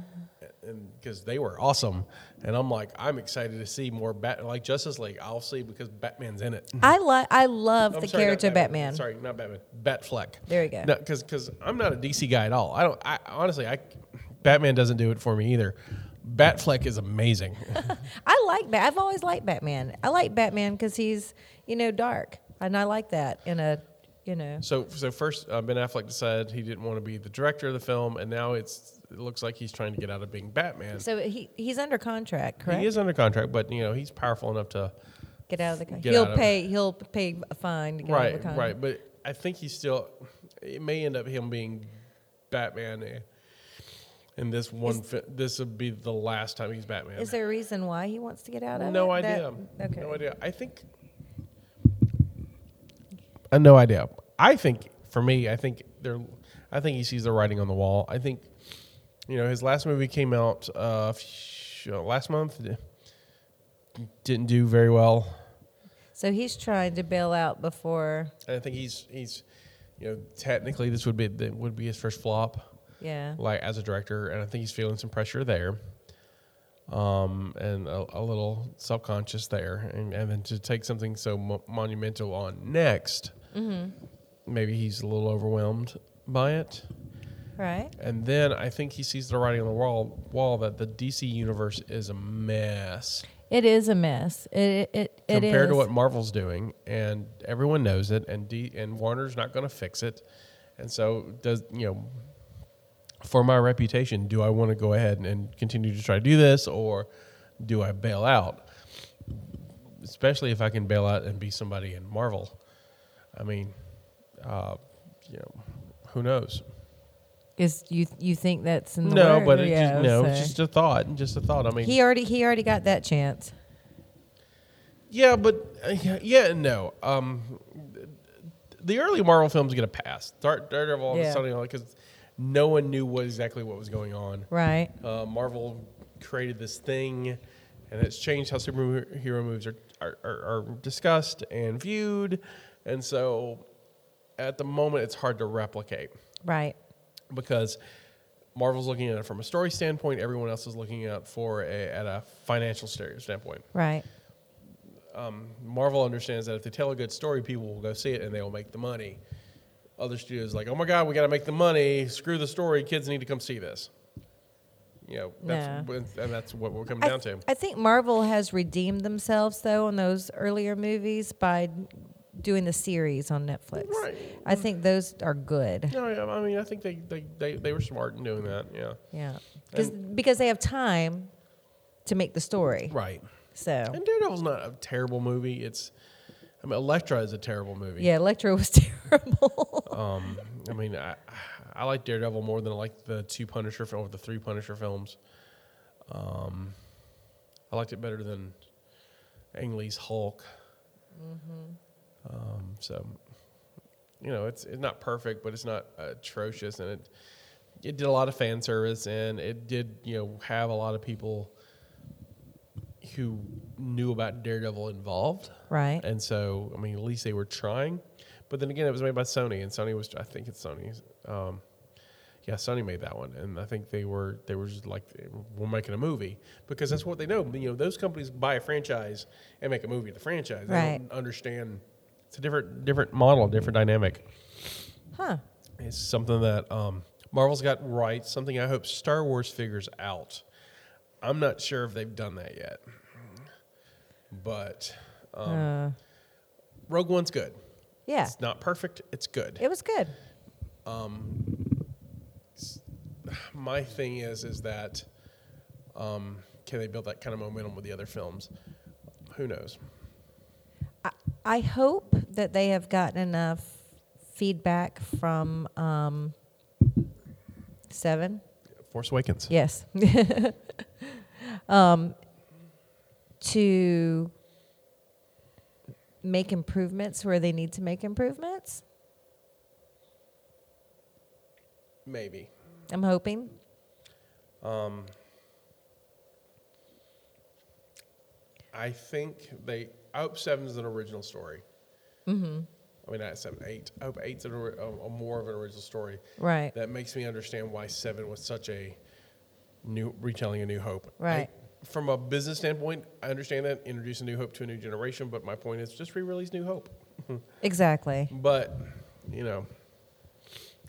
[SPEAKER 3] and because they were awesome. And I'm like, I'm excited to see more Bat like Justice League. I'll see because Batman's in it.
[SPEAKER 4] I like I love
[SPEAKER 3] I'm
[SPEAKER 4] the
[SPEAKER 3] sorry, not
[SPEAKER 4] character Batman.
[SPEAKER 3] Sorry, not Batman. Batfleck.
[SPEAKER 4] There you go.
[SPEAKER 3] Because I'm not a DC guy at all. I don't. I honestly, I Batman doesn't do it for me either. Batfleck is amazing.
[SPEAKER 4] I like Bat. I've always liked Batman. I like Batman because he's you know dark, and I like that in a you know.
[SPEAKER 3] So, so first, uh, Ben Affleck decided he didn't want to be the director of the film, and now it's it looks like he's trying to get out of being Batman.
[SPEAKER 4] So he he's under contract, correct?
[SPEAKER 3] He is under contract, but you know he's powerful enough to
[SPEAKER 4] Get out of the contract.
[SPEAKER 3] Get out
[SPEAKER 4] He'll
[SPEAKER 3] of-
[SPEAKER 4] pay. He'll pay a fine. To get out of the
[SPEAKER 3] right,
[SPEAKER 4] contract.
[SPEAKER 3] right. But I think he's still. It may end up him being Batman, eh, and this one fi- this would be the last time he's Batman.
[SPEAKER 4] Is there a reason why he wants to get out of it?
[SPEAKER 3] no
[SPEAKER 4] That-
[SPEAKER 3] idea.
[SPEAKER 4] okay.
[SPEAKER 3] No idea. I think. Uh, no idea. I think for me, I think there, I think he sees the writing on the wall. I think, you know, his last movie came out uh, f- uh, last month. D- Didn't do very well.
[SPEAKER 4] So he's trying to bail out before.
[SPEAKER 3] And I think he's he's you know, technically this would be that would be his first flop,
[SPEAKER 4] Yeah.
[SPEAKER 3] like as a director, and I think he's feeling some pressure there, um, and a, a little subconscious there, and, and then to take something so mo- monumental on next, maybe he's a little overwhelmed by it.
[SPEAKER 4] Right.
[SPEAKER 3] And then I think he sees the writing on the wall wall that the DC universe is a mess
[SPEAKER 4] It is a mess. It it it, it
[SPEAKER 3] compared to
[SPEAKER 4] is.
[SPEAKER 3] what Marvel's doing, and everyone knows it, and D and Warner's not going to fix it, and so does you know. For my reputation, do I want to go ahead and- and continue to try to do this, or do I bail out? Especially if I can bail out and be somebody in Marvel. I mean, uh, you know, who knows?
[SPEAKER 4] is you you think that's in the
[SPEAKER 3] No,
[SPEAKER 4] word?
[SPEAKER 3] but it's
[SPEAKER 4] Yeah,
[SPEAKER 3] just, no, it's
[SPEAKER 4] so-
[SPEAKER 3] just a thought, just a thought. I mean,
[SPEAKER 4] he already he already got that chance.
[SPEAKER 3] Yeah, but uh, yeah, yeah, and no. Um, the early Marvel films get a pass. Dar- Daredevil
[SPEAKER 4] Yeah.
[SPEAKER 3] and something like because no one knew what exactly what was going on.
[SPEAKER 4] Right.
[SPEAKER 3] Uh, Marvel created this thing, and it's changed how superhero movies are are, are are discussed and viewed, and so at the moment it's hard to replicate
[SPEAKER 4] Right.
[SPEAKER 3] because Marvel's looking at it from a story standpoint. Everyone else is looking at it for a, at a financial stereo- standpoint.
[SPEAKER 4] Right.
[SPEAKER 3] Marvel understands that if they tell a good story, people will go see it and they will make the money. Other studios are like, oh my god, we got to make the money. Screw the story. Kids need to come see this. You know, that's, and that's what we're coming
[SPEAKER 4] I,
[SPEAKER 3] down
[SPEAKER 4] th-
[SPEAKER 3] to.
[SPEAKER 4] I think Marvel has redeemed themselves though in those earlier movies by doing the series on Netflix.
[SPEAKER 3] Right.
[SPEAKER 4] I think those are good.
[SPEAKER 3] no, yeah, I mean, I think they, they, they, they were smart in doing that. Yeah,
[SPEAKER 4] Yeah. Because because they have time to make the story.
[SPEAKER 3] right.
[SPEAKER 4] So
[SPEAKER 3] And Daredevil's not a terrible movie. It's, I mean, Elektra is a terrible movie.
[SPEAKER 4] yeah, Electro was terrible.
[SPEAKER 3] Um, I mean, I, I like Daredevil more than I like the two Punisher film or the three Punisher films. Um, I liked it better than Ang Lee's Hulk. Um, so, you know, it's it's not perfect, but it's not atrocious, and it it did a lot of fan service, and it did you know have a lot of people who knew about Daredevil involved.
[SPEAKER 4] right.
[SPEAKER 3] And so, I mean, at least they were trying. But then again, it was made by Sony, and Sony was, I think it's Sony's. Um, yeah, Sony made that one, and I think they were they were just like we're making a movie because that's what they know. You know, those companies buy a franchise and make a movie of the franchise. They
[SPEAKER 4] Right.
[SPEAKER 3] don't understand it's a different different model, different dynamic.
[SPEAKER 4] Huh.
[SPEAKER 3] It's something that um, Marvel's got right. Something I hope Star Wars figures out. I'm not sure if they've done that yet, but um,
[SPEAKER 4] uh,
[SPEAKER 3] Rogue One's good.
[SPEAKER 4] yeah.
[SPEAKER 3] It's not perfect. It's good.
[SPEAKER 4] It was good.
[SPEAKER 3] My thing is, is that um, can they build that kind of momentum with the other films? Who knows?
[SPEAKER 4] I, I hope that they have gotten enough feedback from um, Seven.
[SPEAKER 3] Force Awakens.
[SPEAKER 4] Yes. um, to make improvements where they need to make improvements.
[SPEAKER 3] Maybe.
[SPEAKER 4] I'm hoping.
[SPEAKER 3] Um, I think they. I hope Seven's an original story. Mm-hmm. I mean, not seven, eight. I hope eight's an, ori- a, a more of an original story.
[SPEAKER 4] Right.
[SPEAKER 3] That makes me understand why seven was such a new retelling a new hope.
[SPEAKER 4] Right.
[SPEAKER 3] I- from a business standpoint, I understand that introduce a new hope to a new generation, but my point is just re-release New Hope.
[SPEAKER 4] Exactly.
[SPEAKER 3] But you know,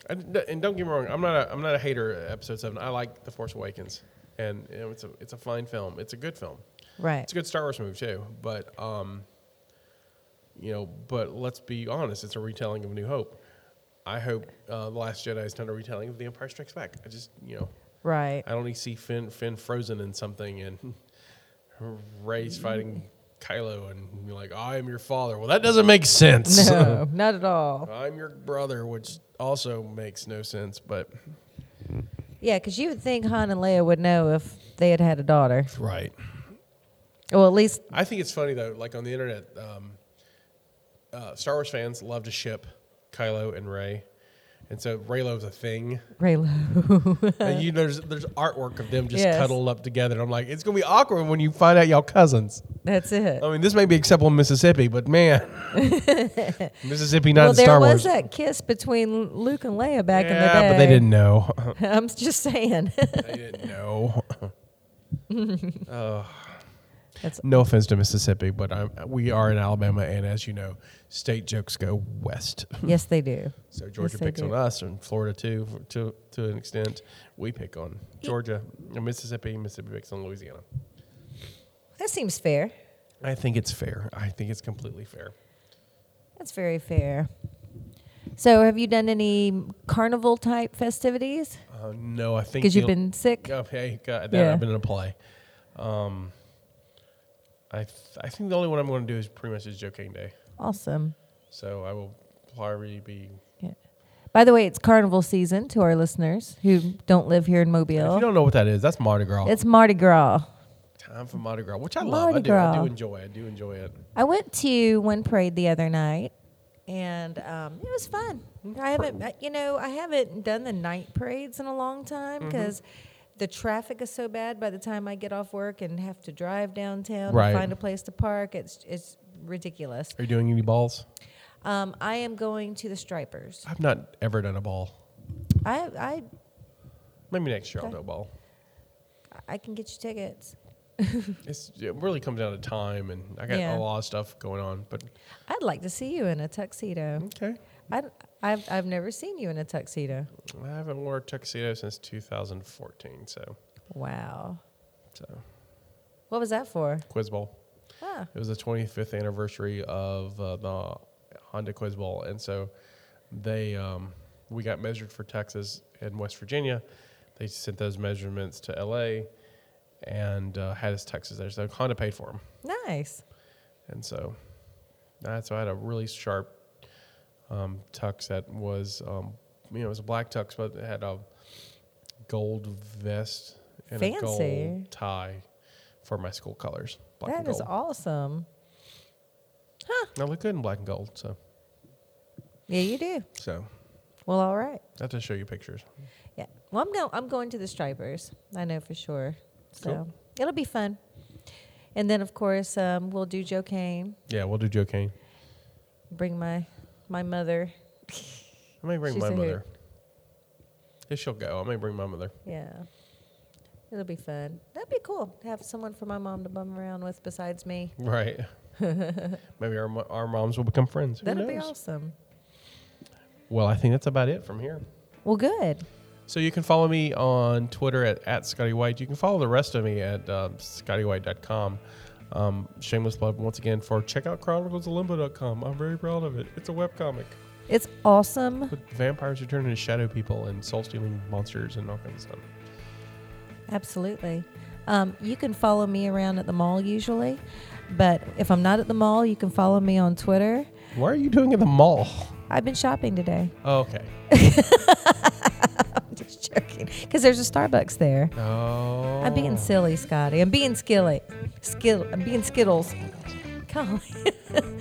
[SPEAKER 3] I d and don't get me wrong, I'm not a, I'm not a hater. Of episode seven, I like The Force Awakens, and you know, it's a it's a fine film. It's a good film.
[SPEAKER 4] Right.
[SPEAKER 3] It's a good Star Wars movie too. But um, you know, but let's be honest, it's a retelling of A New Hope. I hope uh, the Last Jedi is not a retelling of The Empire Strikes Back. I just you know,
[SPEAKER 4] Right.
[SPEAKER 3] I don't need to see Finn Finn frozen in something and Ray's fighting Kylo and you're like, I am your father. Well, that doesn't make sense.
[SPEAKER 4] No, not at all.
[SPEAKER 3] I'm your brother, which also makes no sense, but
[SPEAKER 4] Yeah, because you would think Han and Leia would know if they had had a daughter.
[SPEAKER 3] right.
[SPEAKER 4] Well, at least,
[SPEAKER 3] I think it's funny though. Like on the internet, um, uh, Star Wars fans love to ship Kylo and Ray, And so Raylo's a thing.
[SPEAKER 4] Raylo.
[SPEAKER 3] And you know, there's there's artwork of them just
[SPEAKER 4] Yes.
[SPEAKER 3] cuddled up together. And I'm like, it's gonna be awkward when you find out y'all cousins.
[SPEAKER 4] That's it.
[SPEAKER 3] I mean, this may be acceptable in Mississippi, but man, Mississippi not
[SPEAKER 4] well,
[SPEAKER 3] in
[SPEAKER 4] there
[SPEAKER 3] Star
[SPEAKER 4] was
[SPEAKER 3] Wars.
[SPEAKER 4] that kiss between Luke and Leia back in the
[SPEAKER 3] yeah,
[SPEAKER 4] day.
[SPEAKER 3] but they didn't know.
[SPEAKER 4] I'm just saying.
[SPEAKER 3] they didn't know.
[SPEAKER 4] That's-
[SPEAKER 3] no offense to Mississippi, but I'm, we are in Alabama, and as you know, state jokes go west.
[SPEAKER 4] yes, they do.
[SPEAKER 3] So Georgia
[SPEAKER 4] they
[SPEAKER 3] picks on
[SPEAKER 4] do.
[SPEAKER 3] us, and Florida too, for- to to an extent. We pick on Georgia, and Mississippi. Mississippi picks on Louisiana.
[SPEAKER 4] That seems fair.
[SPEAKER 3] I think it's fair. I think it's completely fair.
[SPEAKER 4] That's very fair. So, have you done any carnival type festivities?
[SPEAKER 3] Uh, no, I think
[SPEAKER 4] Because you've
[SPEAKER 3] the-
[SPEAKER 4] been sick.
[SPEAKER 3] Oh, hey, God, that
[SPEAKER 4] Yeah.
[SPEAKER 3] I've been in a play. Um, I th- I think the only one I'm going to do is pretty much is joking day.
[SPEAKER 4] Awesome.
[SPEAKER 3] So I will probably be.
[SPEAKER 4] Yeah. By the way, it's carnival season to our listeners who don't live here in
[SPEAKER 3] If
[SPEAKER 4] Mobile.
[SPEAKER 3] you don't know what that is, that's Mardi Gras.
[SPEAKER 4] It's Mardi Gras.
[SPEAKER 3] time for Mardi Gras, which I love.
[SPEAKER 4] Mardi
[SPEAKER 3] I do. I do
[SPEAKER 4] Gras.
[SPEAKER 3] enjoy. I do enjoy it.
[SPEAKER 4] I went to one parade the other night, and um, it was fun. I haven't, I- you know, I haven't done the night parades in a long time because the traffic is so bad. By the time I get off work and have to drive downtown
[SPEAKER 3] Right.
[SPEAKER 4] and find a place to park, it's it's ridiculous.
[SPEAKER 3] Are you doing any balls?
[SPEAKER 4] Um, I am going to the Stripers.
[SPEAKER 3] I've not ever done a ball.
[SPEAKER 4] I I
[SPEAKER 3] Maybe next year I'll
[SPEAKER 4] Okay.
[SPEAKER 3] do a ball.
[SPEAKER 4] I can get you tickets.
[SPEAKER 3] It's, it really comes down to time, and I got a
[SPEAKER 4] Yeah.
[SPEAKER 3] lot of stuff going on. But
[SPEAKER 4] I'd like to see you in a tuxedo.
[SPEAKER 3] okay,
[SPEAKER 4] I I've I've never seen you in a tuxedo.
[SPEAKER 3] I haven't worn a tuxedo since 2014. So,
[SPEAKER 4] Wow.
[SPEAKER 3] so
[SPEAKER 4] What was that for?
[SPEAKER 3] quiz bowl.
[SPEAKER 4] Ah,
[SPEAKER 3] It was the 25th anniversary of uh, the Honda Quiz Bowl, and so they um, we got measured for Texas and West Virginia. They sent those measurements to L.A. and uh, had us Texas there. So Honda paid for them,
[SPEAKER 4] nice.
[SPEAKER 3] and so that's why I had a really sharp um, tux that was um, you know it was a black tux, but it had a gold vest and a
[SPEAKER 4] Fancy.
[SPEAKER 3] gold tie for my school colors. Black and
[SPEAKER 4] that is
[SPEAKER 3] gold.
[SPEAKER 4] awesome.
[SPEAKER 3] I look good in black and gold, so.
[SPEAKER 4] Yeah, you do.
[SPEAKER 3] So
[SPEAKER 4] Well, all right.
[SPEAKER 3] I have to show you pictures.
[SPEAKER 4] Yeah. Well, I'm going. I'm going to the Stripers. I know for sure. So
[SPEAKER 3] Cool.
[SPEAKER 4] it'll be fun. And then, of course, um, we'll do Joe Kane.
[SPEAKER 3] Yeah, we'll do Joe Kane.
[SPEAKER 4] Bring my my mother.
[SPEAKER 3] I may bring
[SPEAKER 4] She's
[SPEAKER 3] my
[SPEAKER 4] a hoot.
[SPEAKER 3] mother. If she'll go, I may bring my mother.
[SPEAKER 4] Yeah. It'll be fun. That'd be cool. to Have someone for my mom to bum around with besides me.
[SPEAKER 3] Right. Maybe our, mo- our moms will become friends. Who
[SPEAKER 4] That'd
[SPEAKER 3] knows?
[SPEAKER 4] be awesome.
[SPEAKER 3] Well, I think that's about it from here.
[SPEAKER 4] Well, good.
[SPEAKER 3] So you can follow me on Twitter at, at Scotty White. You can follow the rest of me at uh, scottywhite.com. Um, shameless plug once again for check out chronicleslimbo.com. I'm very proud of it. It's a webcomic
[SPEAKER 4] It's awesome.
[SPEAKER 3] with vampires who turn into shadow people and soul stealing monsters and all kinds of stuff.
[SPEAKER 4] Absolutely. Um, you can follow me around at the mall usually, but if I'm not at the mall, you can follow me on Twitter.
[SPEAKER 3] Why are you doing at the mall?
[SPEAKER 4] I've been shopping today.
[SPEAKER 3] Oh, okay.
[SPEAKER 4] I'm just joking. Because there's a Starbucks there.
[SPEAKER 3] Oh.
[SPEAKER 4] I'm being silly, Scotty. I'm being skilly. Skill. I'm being Skittles. Golly.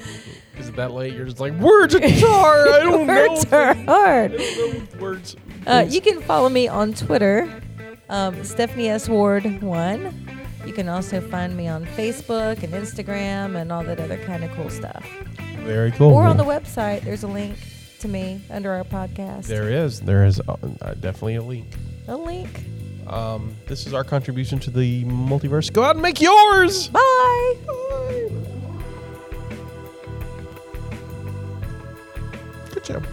[SPEAKER 3] Is it that late? You're just like, words are tar. I don't know.
[SPEAKER 4] Words are hard.
[SPEAKER 3] I don't know words.
[SPEAKER 4] Uh, you can follow me on Twitter, um, Stephanie S. Ward 1. You can also find me on Facebook and Instagram and all that other kind of cool stuff.
[SPEAKER 3] Very cool.
[SPEAKER 4] Or on the website, there's a link to me under our podcast.
[SPEAKER 3] There is. There is uh, uh, definitely a link.
[SPEAKER 4] A link.
[SPEAKER 3] Um, this is our contribution to the multiverse. Go out and make yours.
[SPEAKER 4] Bye.
[SPEAKER 3] Good job.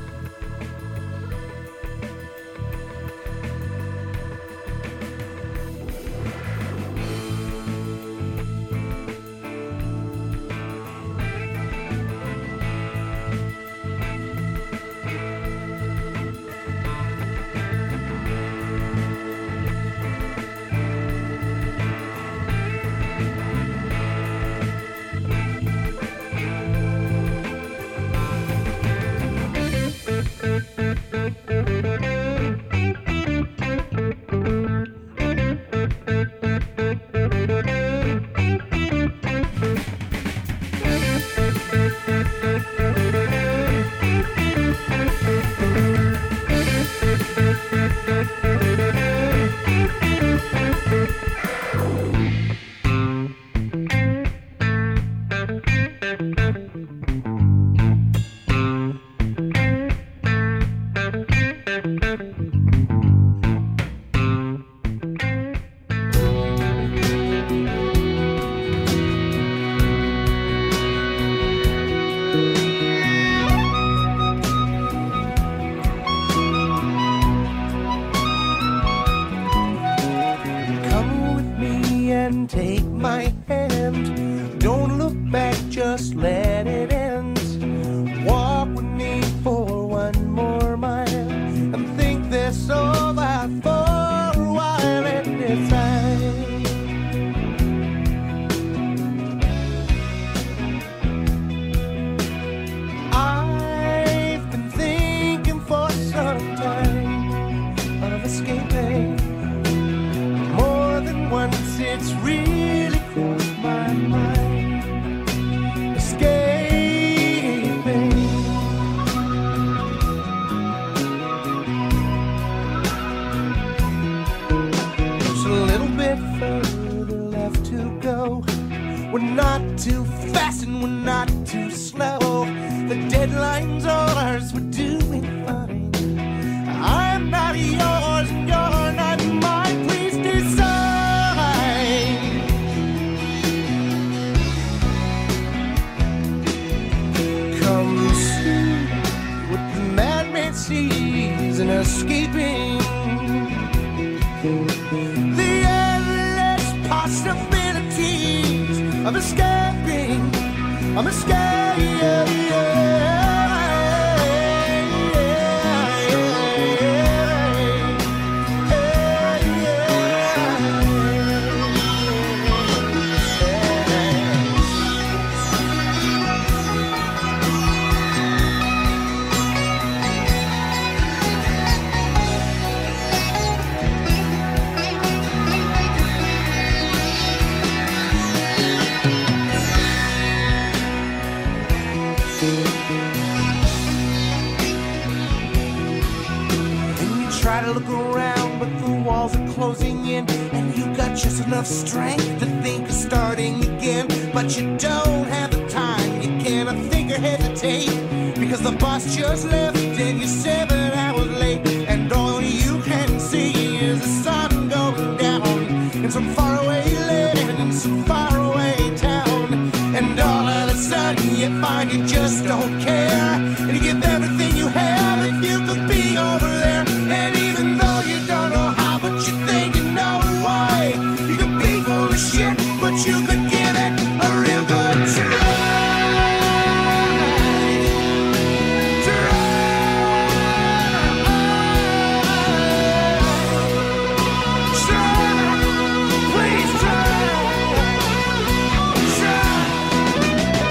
[SPEAKER 6] with me and take my hand. Don't look back, just let it end. Walk with me for one more mile and think this over for a while and decide. I've been thinking for some time of escaping. More than once, it's really crossed my mind. Escaping. There's a little bit further left to go. We're not too fast and we're not too slow. The deadline's ours, we're doing fine. I'm not yours and you're not mine. Please decide. Come see what the madman sees and escaping the endless possibilities of escaping. I'm escaping. And you try to look around, but the walls are closing in. And you got just enough strength to think of starting again. But you don't have the time, you cannot think or hesitate. Because the boss just left and you're seven hours late. And all you can see is the sun going down in some faraway land, in some faraway town. And all of a sudden you find you just don't care. And you give everything you have if you could be over there. And even though you don't know how, but you think you know why. You could be full of shit, but you could give it a real good try. Try. Try. Please try. Try.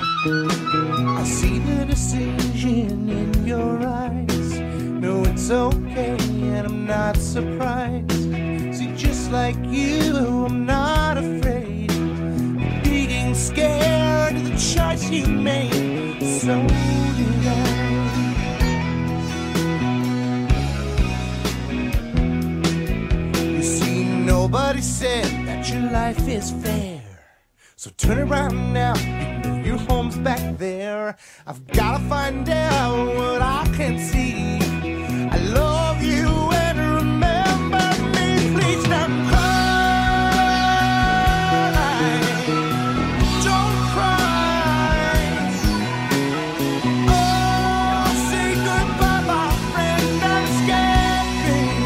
[SPEAKER 6] I see the decision in your eyes. No, it's okay, and I'm not surprised. See, just like you, I'm not afraid. of Being scared of the choice you made. So did I. You see, nobody said that your life is fair. So turn around now, your home's back there. I've gotta find out what I can see. I love you and remember me, please don't cry. Don't cry. Oh, say goodbye, my friend. I'm escaping.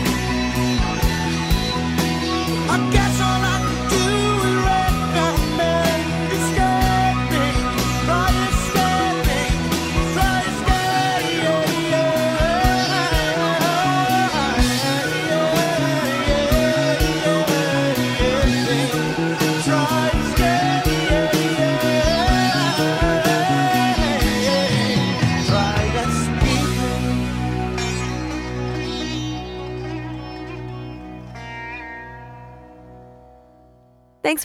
[SPEAKER 6] I guess all I can do is recommend escaping, try escaping, try escaping, try escaping, try escaping.
[SPEAKER 2] Thanks